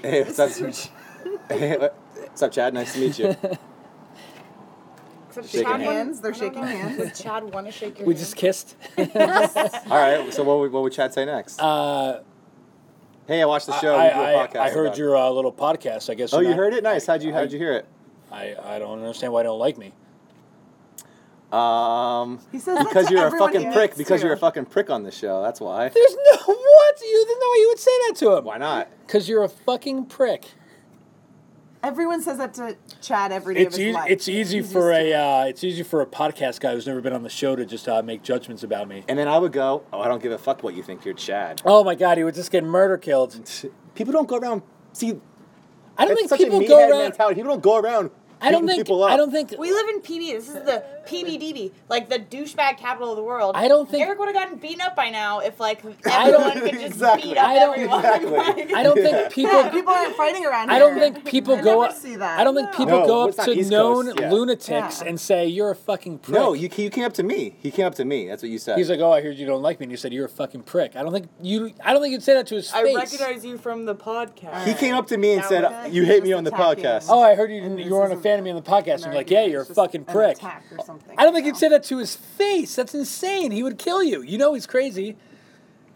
S2: Hey, what's up? what's up, Chad? Nice to meet you.
S4: Except
S2: Shaking
S4: Chad
S2: hands.
S5: hands, they're
S4: I don't
S5: shaking
S4: know.
S5: hands.
S4: Would Chad want to shake your
S1: we
S4: hand?
S1: just kissed.
S2: All right. So what would, what would Chad say next?
S1: Uh,
S2: hey, I watched the show.
S1: I,
S2: we do a podcast
S1: I, I heard
S2: about it.
S1: your uh, little podcast. I guess.
S2: Oh,
S1: you're
S2: you
S1: not-
S2: heard it? Nice. How'd you
S1: I-
S2: How'd you hear it?
S1: I, I don't understand why they don't like me.
S2: Um,
S5: he says that
S2: because
S5: to
S2: you're a
S5: everyone he
S2: fucking prick.
S5: meets,
S2: Because
S5: too.
S2: you're a fucking prick on this show. That's why.
S1: There's no what you. There's no way you would say that to him.
S2: Why not?
S1: Because you're a fucking prick.
S5: Everyone says that to Chad every day
S1: It's
S5: of his
S1: easy.
S5: life.
S1: It's easy for a. Uh, it's easy for a podcast guy who's never been on the show to just uh, make judgments about me.
S2: And then I would go, oh, I don't give a fuck what you think. You're Chad.
S1: Oh my god, he would just get murder killed.
S2: People don't go around. See,
S1: I don't
S2: that's
S1: think
S2: such
S1: people
S2: a meathead
S1: go around.
S2: mentality. People don't go around.
S1: I don't
S2: beating
S1: think.
S2: People up.
S1: I don't think.
S4: We live in PB. This is the PBDB, like the douchebag capital of the world.
S1: I don't think-
S4: Eric would have gotten beaten up by now if like
S1: I don't-
S4: everyone could just
S2: Exactly.
S4: beat up
S1: I don't-
S4: everyone.
S2: Exactly.
S1: I don't
S2: Yeah.
S1: think people.
S5: Yeah, people aren't fighting around
S1: I
S5: here.
S1: don't think people
S5: I
S1: go
S5: never
S1: up.
S5: see that.
S1: I don't think
S5: No.
S1: people
S2: No,
S1: go up
S2: it's not
S1: to
S2: East
S1: known
S2: Coast, yeah.
S1: lunatics
S5: Yeah.
S1: and say you're a fucking prick.
S2: No, you, you came up to me. He came up to me. That's what you said.
S1: He's like, oh, I heard you don't like me, and you said you're a fucking prick. I don't think you. I don't think you'd say that to his
S4: I
S1: face.
S4: recognize you from the podcast.
S2: he came up to me and
S5: That
S2: said,
S5: was it?
S2: "You hate me
S5: Just
S2: on the
S5: attacking.
S2: podcast."
S1: Oh, I heard you.
S5: And
S1: didn't- You
S5: this
S1: weren't a
S5: isn't
S1: fan of me on the podcast.
S5: an
S1: And you're like,
S5: argument,
S1: yeah, you're a
S5: it's just
S1: fucking
S5: an
S1: prick.
S5: attack or something,
S1: I don't think
S5: you
S1: you'd say that to his face. That's insane. He would kill you. You know he's crazy.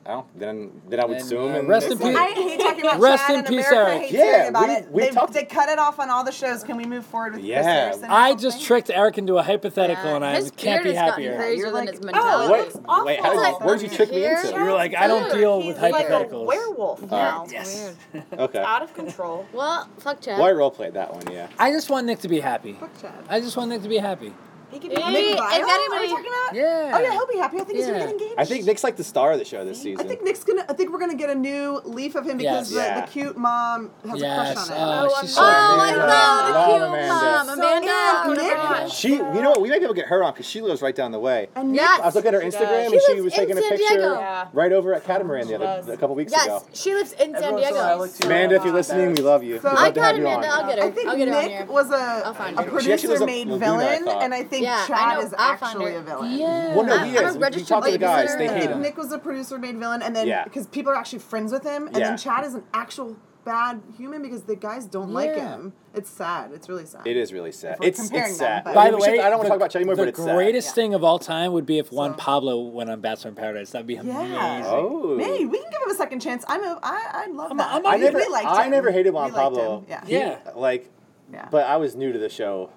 S2: Oh, then then I would
S1: And,
S2: assume.
S1: uh,
S2: and
S1: rest in
S2: it's like-
S1: peace.
S5: I hate talking about
S1: Rest
S5: Chad
S1: in
S5: and
S1: peace,
S5: America
S1: Eric.
S5: hates
S2: Yeah,
S5: hearing about
S2: we-
S5: it.
S2: we
S5: they,
S2: talked-
S5: they cut it off on all the shows. Can we move forward with Chris
S2: Yeah.
S5: Harrison or
S1: I just
S5: something?
S1: tricked Eric into a hypothetical, and I
S3: His
S1: can't
S3: beard
S1: be
S3: has gotten
S1: happier.
S3: crazier
S5: You're
S3: than
S5: like-
S3: his
S5: Oh,
S3: mentality.
S4: what?
S2: What? Wait, how did,
S3: It's like
S2: where'd you trick me
S3: here.
S2: into?
S1: You were like, I don't
S4: Dude,
S1: deal
S4: he's
S1: with
S4: Like a
S1: hypotheticals.
S4: werewolf now.
S1: Yes.
S2: Okay.
S4: Out of control.
S3: Well, fuck Chad.
S2: Why role played that one? Yeah.
S1: I just want Nick to be happy.
S5: Fuck Chad.
S1: I just want Nick to be happy.
S4: He could
S3: Yeah.
S4: be
S5: Nick
S3: If
S5: Viall? Are
S3: anybody-
S5: we talking about?
S1: Yeah.
S5: Oh yeah, he'll be happy. I think he's gonna
S1: Yeah.
S5: get engaged.
S2: I think Nick's like the star of the show this
S5: I
S2: season.
S5: think Nick's gonna. I think we're gonna get a new leaf of him
S1: Yes.
S5: because the,
S2: Yeah.
S5: the cute mom has a
S1: Yes.
S5: crush on him.
S1: Oh, she's so
S3: Oh, I
S2: Amanda.
S3: love the cute
S2: Love Amanda.
S3: mom,
S2: So
S3: Amanda.
S5: yeah, Nick.
S3: Amanda.
S2: She, you know what? We might be able to get her on because she lives right down the way.
S5: and Nick-
S3: Yes.
S2: I was looking at her
S4: She does.
S2: Instagram
S3: She
S2: and she
S3: lives
S2: was
S3: in
S2: taking a
S3: San
S2: picture
S3: Diego.
S4: Yeah.
S2: right over at Catamaran the
S4: does.
S2: other a couple weeks
S3: yes,
S2: ago.
S3: she lives in San
S6: Everyone said I
S3: Diego.
S6: looked too
S2: Amanda, if
S6: old.
S2: you're listening, we love you. We'd love
S5: I
S2: to have
S3: got
S2: you
S3: Amanda. I'll
S2: on.
S3: get her.
S5: I think
S3: I'll get her on here.
S5: Nick was a,
S3: I'll find
S5: a
S3: her.
S2: She actually was
S5: producer
S2: a
S5: made
S2: Laguna, I
S5: villain,
S2: thought.
S5: and I think
S3: Yeah, I
S5: Chad
S3: know.
S5: is
S3: I'll find
S5: actually
S3: her.
S5: a villain.
S2: Well, no,
S3: I'm-
S2: he
S3: I'm a
S2: is. You
S3: registered
S2: talk to the guys;
S3: babysitter.
S2: they hate him.
S5: Nick was a producer made villain, and then
S2: Yeah.
S5: because people are actually friends with him, and
S2: Yeah.
S5: then Chad is an actual bad human because the guys don't like
S2: Yeah.
S5: him. It's sad. It's really sad.
S2: It is really sad.
S5: If we're
S2: It's
S5: comparing
S2: it's
S5: them,
S2: sad.
S5: but-
S1: By
S5: I
S1: the
S2: We should-
S1: way,
S2: I don't want
S1: the-
S2: to talk about Shaggy more,
S1: the
S2: but it's
S1: greatest
S5: Yeah.
S1: thing of all time would be if Juan
S5: So-
S1: Pablo went on Bachelor in Paradise. That'd be amazing.
S5: Yeah.
S2: sad. Oh,
S5: Hey, we can give him a second chance. I'm a, I, I love
S1: I'm-
S5: that.
S1: I'm-
S5: We-
S2: I never,
S5: we liked
S2: I
S5: him.
S2: never hated
S5: We
S2: Juan
S5: liked
S2: Pablo.
S5: him. Yeah.
S2: He-
S1: Yeah.
S2: like,
S5: Yeah.
S2: but I was new to the show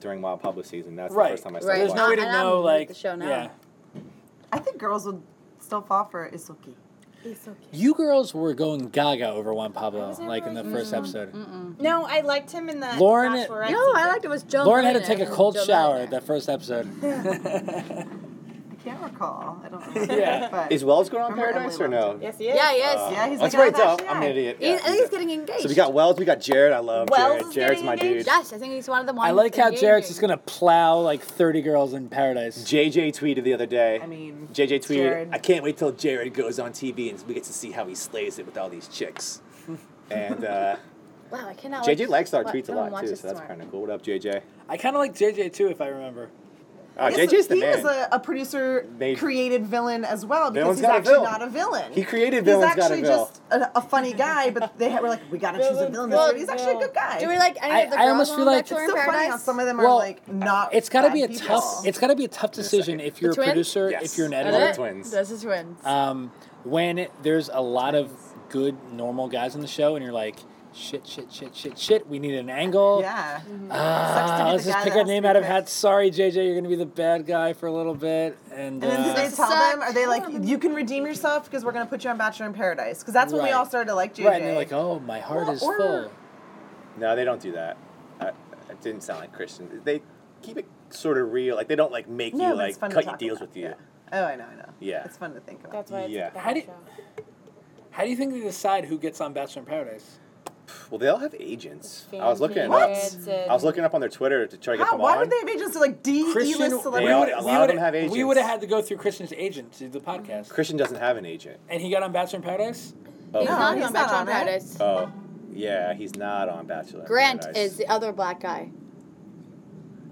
S2: during Juan Pablo season. That's
S1: Right.
S2: the first time I
S1: So
S2: started
S3: Right.
S1: There's no way
S2: watching.
S1: to
S3: And I'm
S1: know,
S3: new to
S1: like,
S3: the show now.
S1: yeah.
S5: I think girls would still fall for Isuki.
S4: He's so cute.
S1: You girls were going gaga over Juan Pablo,
S4: was never
S1: like in the
S4: like,
S1: 1st
S5: mm-hmm.
S1: episode.
S4: No, I liked him in the
S1: Lauren-
S4: Bachelorette
S3: No, I
S4: season.
S3: liked it was Joe.
S1: Lauren had to
S3: Milliner
S1: take a
S3: and
S1: cold
S3: Joe
S1: shower
S3: Milliner.
S1: that first episode.
S5: I can't recall. I don't remember.
S1: Yeah.
S5: But
S2: Is Wells going on
S5: Remember
S2: Paradise or
S5: Emily
S2: no?
S4: Yes, he is.
S3: Yeah, yes.
S2: Uh,
S5: Yeah, he's
S2: that's
S5: like,
S2: right. Though
S5: "Oh, gosh,
S2: I'm an
S5: yeah."
S2: idiot.
S3: He- I think he's
S2: a-
S3: getting engaged.
S2: So we got Wells, we got Jared. I love
S4: Wells
S2: Jared.
S4: is
S2: Jared's
S4: getting
S2: my dude.
S4: engaged.
S3: Yes, I think he's one of the ones.
S1: I like how Jared's
S3: engaging.
S1: just gonna plow like 30 girls in paradise.
S2: JJ tweeted the other day.
S5: I mean,
S2: JJ tweeted,
S5: Jared.
S2: I can't wait till Jared goes on TV and we get to see how he slays it with all these chicks. and uh,
S3: Wow, I
S5: Oh,
S3: cannot.
S2: JJ
S3: watch-
S2: likes our
S3: wa-
S2: tweets a
S3: no one
S2: lot too,
S3: watches
S2: so that's
S3: Smart.
S2: kind of cool. What up, JJ?
S1: I kind of like JJ too, if I remember.
S2: Oh,
S5: Yes,
S2: JJ's the
S5: he
S2: man.
S5: was a, a producer
S2: They-
S5: created villain as well
S2: Villain's
S5: because he's
S2: got a
S5: actually
S2: villain.
S5: not a villain.
S2: He created
S5: He's
S2: villains got a
S5: actually
S2: villain.
S5: just a, a funny guy, but they had, were like, we gotta choose a villain.
S3: Well,
S5: Well, he's actually a good guy.
S3: Do we like any
S1: I-
S3: of the
S1: I
S3: girls
S1: almost
S3: on
S1: feel like-
S5: it's
S3: Bachelor in
S5: so funny how
S3: Paradise?
S5: some of them
S1: Well,
S5: are like not.
S1: It's gotta
S5: bad
S1: be a
S5: people.
S1: tough. It's gotta be a tough decision
S2: second.
S1: if you're
S3: The
S1: a
S3: twins?
S1: producer,
S2: Yes.
S1: if you're an
S2: I
S1: editor.
S2: love
S3: Are
S2: the twins.
S3: This is twins.
S1: um, when it, there's a lot of good normal guys in the show, and you're like, shit, shit, shit, shit, shit. We need an angle.
S5: Yeah. Sucks to
S1: Ah,
S5: be
S1: let's
S5: the
S1: just
S5: guy
S1: pick
S5: that
S1: a
S5: has to
S1: name
S5: be
S1: out of
S5: picked.
S1: hat. Sorry, JJ, you're gonna be the bad guy for a little bit, and,
S5: And then
S1: uh,
S5: did they tell
S3: Sucked.
S5: them? Are they like, you can redeem yourself because we're gonna put you on Bachelor in Paradise? Because that's when
S1: Right.
S5: we all started to like JJ.
S1: right, and they're like, oh, my heart
S5: Well,
S1: is
S5: or-
S1: full.
S2: No, they don't do that. I, it didn't sound like Christian. They keep it sort of real. Like they don't like make
S5: no,
S2: you
S5: but it's
S2: like
S5: fun to
S2: cut your
S5: talk
S2: deals
S5: about.
S2: with you.
S5: Yeah. Oh, I know, I know.
S2: Yeah.
S5: It's fun to think about.
S4: That's why it's
S2: Yeah.
S4: a good
S1: How do-
S4: show.
S1: How do you think they decide who gets on Bachelor in Paradise?
S2: Well, they all have agents. I was looking.
S5: What?
S2: Up,
S4: It's a-
S2: I was looking up on their Twitter to try to get
S5: How?
S2: them
S5: Why
S2: on.
S5: would they have agents like D E
S1: Christian,
S5: list
S1: we
S2: all-
S5: celebrities?
S1: would
S2: a lot
S1: we
S2: of
S1: would-
S2: them have
S1: We
S2: agents.
S1: would have had to go through Christian's agent to do the podcast,
S2: Christian doesn't have an agent.
S1: and he got on Bachelor in Paradise.
S3: He's
S5: No,
S3: not
S5: he's
S3: on
S5: not
S3: Bachelor in
S5: on it.
S3: Paradise.
S2: Oh, yeah, he's not on Bachelor. in
S3: Grant
S2: Paradise.
S3: is the other black guy.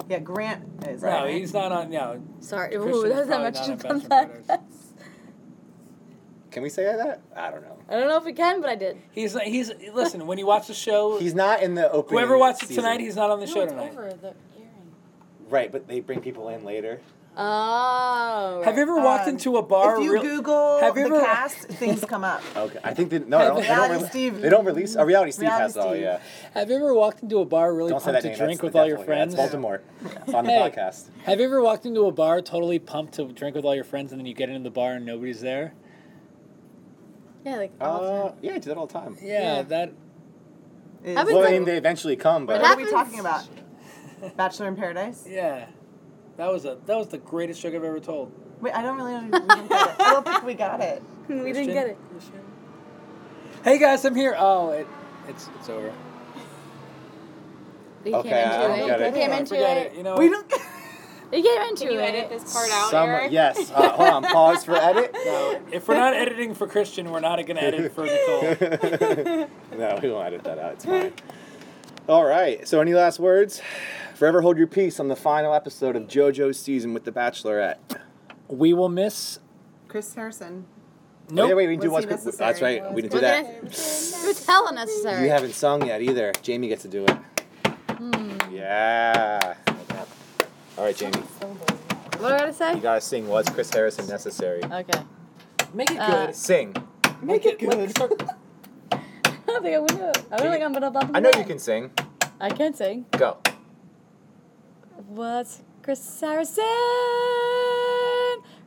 S5: Yeah, Grant is.
S1: No, he's not on. No,
S3: Sorry,
S1: Christian's
S3: ooh, that's how
S1: probably
S3: much
S1: not
S3: you
S1: on
S3: come
S1: Bachelor in
S3: back.
S1: Paradise.
S2: Can we say that? I don't know.
S3: I don't know if we can, but I did.
S1: he's not- he's. Listen, when you watch the show,
S2: He's not in the opening.
S1: whoever watches
S2: season.
S1: tonight, he's not on the
S4: No,
S1: show
S4: it's
S1: tonight.
S4: over the earring.
S2: right, but they bring people in later.
S3: Oh.
S1: Have you ever walked
S5: Um,
S1: into a bar?
S5: If you
S1: real-
S5: Google
S1: have you
S5: the
S1: ever-
S5: cast, things come up.
S2: Okay, I think that no, I don't, they, don't
S5: Reality
S2: rele-
S5: Steve.
S2: they don't release. Uh, reality Steve
S5: Reality
S2: has all.
S5: Steve.
S2: Yeah,
S1: Have you ever walked into a bar really
S2: don't say
S1: pumped to
S2: that name.
S1: drink
S2: that's
S1: with
S2: the
S1: all your
S2: devil, yeah,
S1: friends?
S2: that's Baltimore. It's on the
S1: Hey.
S2: podcast.
S1: Have you ever walked into a bar totally pumped to drink with all your friends, and then you get into the bar and nobody's there?
S3: Yeah, like all the
S2: Uh,
S3: time.
S2: yeah, I do that all the time.
S1: Yeah,
S3: Yeah.
S1: that.
S5: Is-
S3: I've been-
S2: Well, I
S3: like-
S2: mean, they eventually come, but
S5: what are we
S3: happens-
S5: talking about? Bachelor in Paradise.
S1: Yeah, that was a that was the greatest joke I've ever told.
S5: Wait, I don't really know. if we even got it. I don't think we got it.
S3: We didn't get it.
S1: Hey guys, I'm here. Oh, it, it's it's over.
S3: He
S2: Okay,
S3: came
S2: I
S3: into
S2: don't get
S3: it. He
S2: it.
S3: came
S2: Yeah,
S3: into
S1: Forget
S3: it.
S1: You know.
S5: We don't.
S3: He came into
S4: Can you
S3: it.
S4: edit this part out,
S2: some
S4: Eric?
S2: yes. Uh, hold on, pause for edit.
S1: If we're not editing for Christian, we're not gonna edit for Nicole.
S2: no, we won't edit that out. It's fine. All right. So, any last words? Forever hold your peace on the final episode of JoJo's season with The Bachelorette. Oh,
S1: We will miss.
S5: Chris Harrison.
S1: Nope.
S2: Oh, yeah, wait, we didn't do
S5: Was
S2: what's
S5: he
S2: Quick-
S5: necessary?
S2: That's right. We didn't do
S3: We're
S2: that.
S3: gonna- It was hell unnecessary.
S2: You haven't sung yet either. Jamie gets to do it.
S3: Hmm.
S2: Yeah. All right, Jamie.
S3: What did I say?
S2: You gotta sing. Was Chris Harrison necessary?
S3: okay.
S1: Make it
S3: Uh,
S1: good.
S2: Sing.
S1: Make it good.
S3: I don't think I'm gonna. I don't think I'm gonna.
S2: I know you can sing.
S3: I can't sing.
S2: Go.
S3: What's Chris Saracen?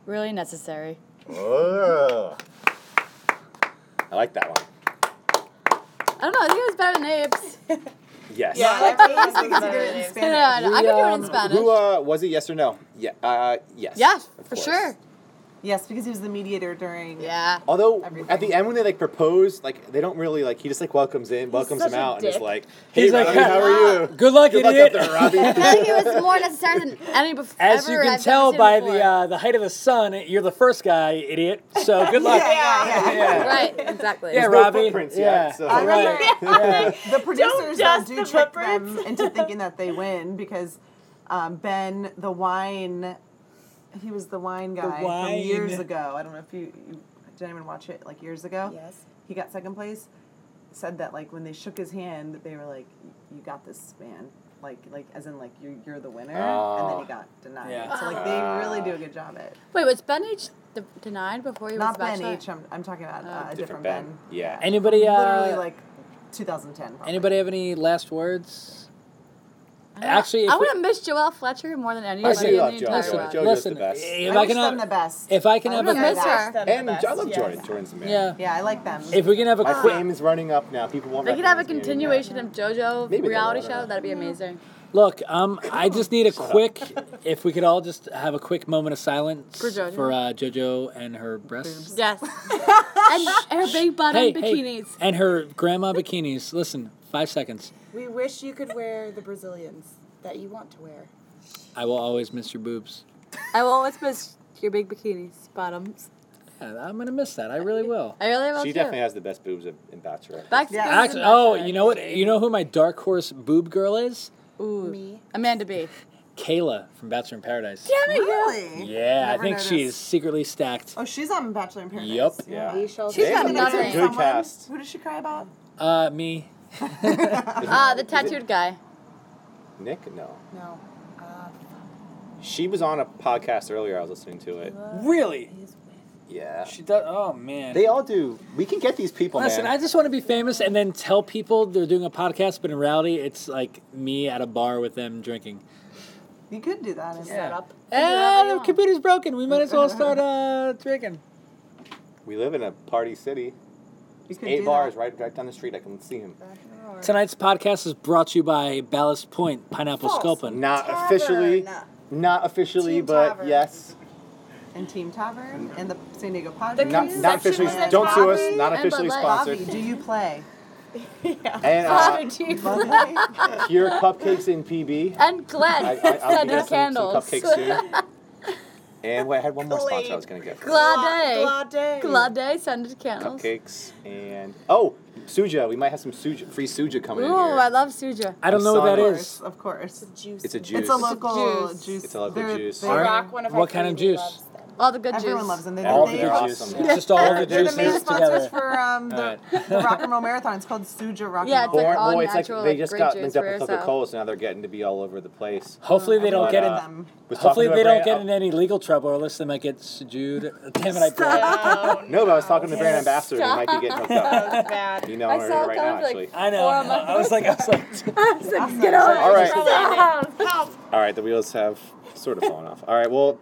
S3: Really necessary.
S2: Whoa. I like that one.
S3: I don't know. I think it was better than Apes.
S2: Yes.
S4: Yeah,
S5: I
S4: that's
S5: think
S4: what
S5: because he
S4: it
S5: did it in
S4: is.
S3: I,
S5: Spanish.
S3: know, I, know. I
S1: We,
S3: could do it in
S1: um,
S3: Spanish.
S2: Who uh, was it? Yes or no? Yeah. Uh, yes.
S3: yeah,
S2: Of
S3: for
S2: course.
S3: sure.
S5: Yes, because he was the mediator during.
S3: Yeah.
S2: Although at
S5: Everything.
S2: the end when they like propose, like they don't really like he just like welcomes in, welcomes
S3: such
S2: him
S3: a
S2: out, and is
S3: dick. "Ah,
S2: like, "Hey,
S1: He's like,
S2: Robbie, how are you?
S1: Good luck,
S2: Good luck
S1: idiot.
S2: up there, Robbie."
S3: I think it was more necessary than any bef-
S1: As
S3: ever
S1: you can
S3: I've
S1: tell
S3: ever seen
S1: by
S3: before.
S1: the uh, the height of the sun, you're the first guy, idiot. So good luck.
S5: Yeah, yeah, yeah.
S1: yeah.
S3: Right. Exactly.
S1: Yeah,
S2: There's no
S1: Robbie.
S2: footprints yet, so-
S5: I remember
S1: Right.
S5: the
S4: judge
S5: producers that do
S4: the
S5: trick
S4: footprints.
S5: them into thinking that they win because um, Ben, the wine, he was the wine guy
S1: wine.
S5: from years ago. I don't know if you, you did anyone watch it like years ago.
S4: Yes.
S5: He got second place. said that like when they shook his hand, that they were like, "You got this, man." Like like as in like you're you're the winner, and then
S2: Oh.
S5: he got denied.
S1: Yeah.
S5: So like they really do a good job at.
S3: Wait, was Ben H the, denied before he
S5: Not
S3: was
S5: Ben
S3: the
S5: H.
S3: Bachelor?
S5: I'm I'm talking about uh, a different,
S2: Different
S5: Ben.
S2: Ben. Yeah.
S1: Anybody? Uh,
S5: Literally like 2010. Probably.
S1: Anybody have any last words? Actually, if
S3: I
S1: we-
S3: would have missed Joel Fletcher more than
S2: I
S3: anybody
S2: say
S3: in the
S2: love
S3: entire
S2: Joel.
S1: listen,
S2: Fletcher.
S3: world.
S2: Jojo's
S1: listen,
S2: the best.
S1: If
S5: I,
S1: I,
S5: wish
S1: can,
S5: them the
S1: have,
S5: best.
S1: if I can
S5: I
S1: have,
S5: wish
S1: a-
S5: them
S4: miss
S5: the
S4: her.
S5: best.
S2: And
S4: the best,
S2: I love
S4: yes.
S2: Jordan. Jordan's the man.
S1: yeah,
S5: Yeah, I like them.
S1: if we can have a
S2: My
S1: quick,
S2: fame is running up now. People won't.
S3: If we could have a
S2: recognize me
S3: continuation of JoJo
S2: Maybe they
S3: reality
S2: will, I don't
S3: show,
S2: know.
S3: that'd be amazing.
S1: Look, um, I just need a quick. if we could all just have a quick moment of silence
S3: For Jojo.
S1: for, uh, JoJo and her breasts.
S3: Yes. and, and her big bottom
S1: Hey, hey,
S3: bikinis.
S1: and her grandma bikinis. Listen, five seconds.
S4: We wish you could wear the Brazilians that you want to wear.
S1: I will always miss your boobs.
S3: I will always miss your big bikinis, bottoms.
S1: Yeah, I'm gonna miss that. I really will.
S3: I really
S2: now.
S3: will
S2: She
S3: too.
S2: definitely has the best boobs in in Bachelorette.
S3: Back to
S5: Yeah.
S3: yeah.
S1: Actually, oh, you know what? You know who my dark horse boob girl is?
S4: Me.
S3: Amanda B.
S1: Kayla from Bachelor in Paradise.
S5: really?
S1: Yeah, I
S5: Never
S1: think she is
S5: noticed.
S1: secretly
S5: secretly
S1: stacked.
S5: Oh, she's on Bachelor in Paradise.
S1: Yep.
S2: yeah.
S4: We shall
S3: She's
S2: They-
S3: got
S5: Didn't they
S3: nothing.
S5: say
S2: Good
S5: someone-
S2: cast.
S5: Who did she cry about?
S1: Uh, me.
S3: Ah, the tattooed guy.
S2: Nick, no.
S4: No. Uh,
S2: She was on a podcast earlier. I was listening to it.
S1: Really?
S2: Yeah.
S1: She does. Oh man.
S2: They all do. We can get these people,
S1: Listen,
S2: man.
S1: I just want to be famous and then tell people they're doing a podcast, but in reality, it's like me at a bar with them drinking.
S5: You could do that. as
S1: Yeah.
S4: up.
S1: And the computer's broken. We might as well start uh, drinking.
S2: we live in a party city.
S5: You could do
S2: Eight
S5: that.
S2: bars right right down the street. I can see him.
S1: Tonight's podcast is brought to you by Ballast Point Pineapple
S5: False.
S1: Sculpin.
S2: Not officially.
S4: Tavern.
S2: Not officially,
S4: Team
S2: but
S4: Tavern.
S2: yes.
S5: And Team Tavern and the San Diego Padres.
S2: Not,
S4: Conception
S2: not officially.
S4: was a
S2: Don't sue us.
S4: coffee
S2: Not
S3: and
S2: officially
S3: Bud Light.
S5: Bobby,
S2: sponsored.
S5: do you play?
S2: And uh,
S5: Bobby?
S2: your cupcakes in PB.
S3: and
S2: I,
S3: Glenn
S2: I, I'll
S3: sent
S2: be
S3: her
S2: getting some, some
S3: candles.
S2: cupcakes soon. And wait, I had one more sponsor I
S4: Glade.
S2: was gonna get.
S3: Glade.
S4: Glade.
S3: Glade sent candles.
S2: Cupcakes and oh, suja. We might have some suja, free suja coming
S3: Ooh,
S2: in here.
S3: I love Suja.
S1: I don't know what that
S2: Masonic.
S1: is.
S5: Of course.
S4: Juice.
S2: it's a juice.
S5: It's a local
S3: juice.
S5: juice.
S2: It's a local
S5: They're-
S2: juice.
S5: they're-
S4: I
S1: Alright.
S4: rock one of
S1: What kind of juice?
S3: All the good
S5: Everyone
S3: juice.
S5: loves them. They,
S2: All
S5: they,
S2: the
S5: are
S2: juice.
S1: It's just all the
S5: they're the main
S1: juices together.
S5: sponsors for um, the,
S2: Alright.
S5: the Rock and Roll Marathon. It's called Suja Rock
S3: Yeah,
S5: and
S3: it's
S5: Roll.
S3: like
S2: Or,
S3: all
S2: well, it's like
S3: natural,
S2: they
S3: like,
S2: just
S3: grape
S2: got
S3: juice
S2: linked up with
S3: for
S2: Coca
S3: yourself.
S2: Cola, so now they're getting to be all over the place.
S1: Hopefully they don't
S2: But,
S1: get
S2: uh,
S1: in.
S5: them.
S2: was talking uh,
S1: Hopefully
S2: to a
S1: they don't
S2: brand-
S1: get in any legal trouble, or else they might get sued. Damn it, I blanked.
S4: Oh,
S2: No, but I was talking to the brand ambassador. and He might be getting hooked up.
S4: that was bad.
S2: You know,
S3: I
S2: her
S3: saw it
S2: right now,
S3: coming, like-
S2: actually.
S1: I know. I know. I was like, I was like,
S3: Get over
S2: All right,
S4: Help.
S2: all right. The wheels have sort of fallen off. All right, well,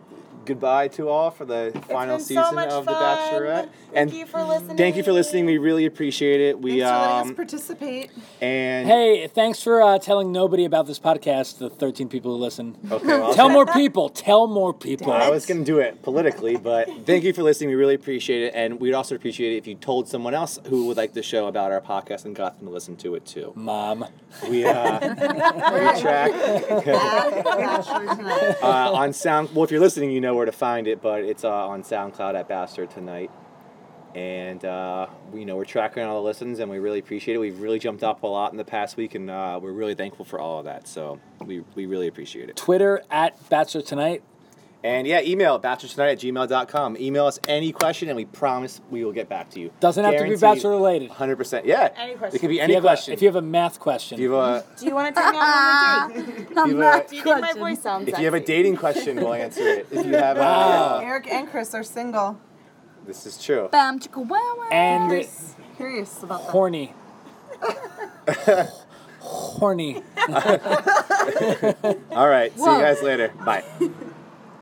S2: goodbye to all for the final
S4: it's been
S2: season
S4: so much
S2: of
S4: fun.
S2: The Bachelorette.
S4: Thank you for listening.
S2: Thank you for listening. We really appreciate it. We
S5: Thanks for letting us
S2: um
S5: participate.
S2: and
S1: hey, thanks for uh, telling nobody about this podcast. The thirteen people who listen.
S2: okay, well,
S1: Tell more people. Tell more people.
S2: I was gonna do it politically, but thank you for listening. We really appreciate it, and we'd also appreciate it if you told someone else who would like the show about our podcast and got them to listen to it too.
S1: Mom.
S2: We uh, we track
S5: Bachelor tonight.
S2: uh, on Sound. Well, if you're listening, you know where to find it, but it's uh, on SoundCloud at Bastard Tonight. And uh, we you know we're tracking all the listens, and we really appreciate it. We've really jumped up a lot in the past week, and uh, we're really thankful for all of that. So we, we really appreciate it.
S1: Twitter at Bachelor Tonight.
S2: And yeah, email bachelortonight at gmail.com. Email us any question, and we promise we will get back to you.
S1: Doesn't have to be bachelor related.
S2: Hundred percent. Yeah.
S4: Any
S2: It
S4: question.
S2: could be
S1: If you
S2: any
S1: have a-
S2: question.
S1: if you have a math question,
S2: if you have
S4: Do you want to take me out on a date?
S2: a, if you have
S4: Do
S2: a,
S4: you think my voice sounds
S2: if you have a
S4: sexy?
S2: dating question, we'll answer it. If you have a,
S5: Eric and Chris are single.
S2: this is true.
S3: Bam, chicka, wow, wow.
S1: and
S5: Curious about that.
S1: horny. horny.
S2: All right. See
S3: Whoa.
S2: you guys later. Bye.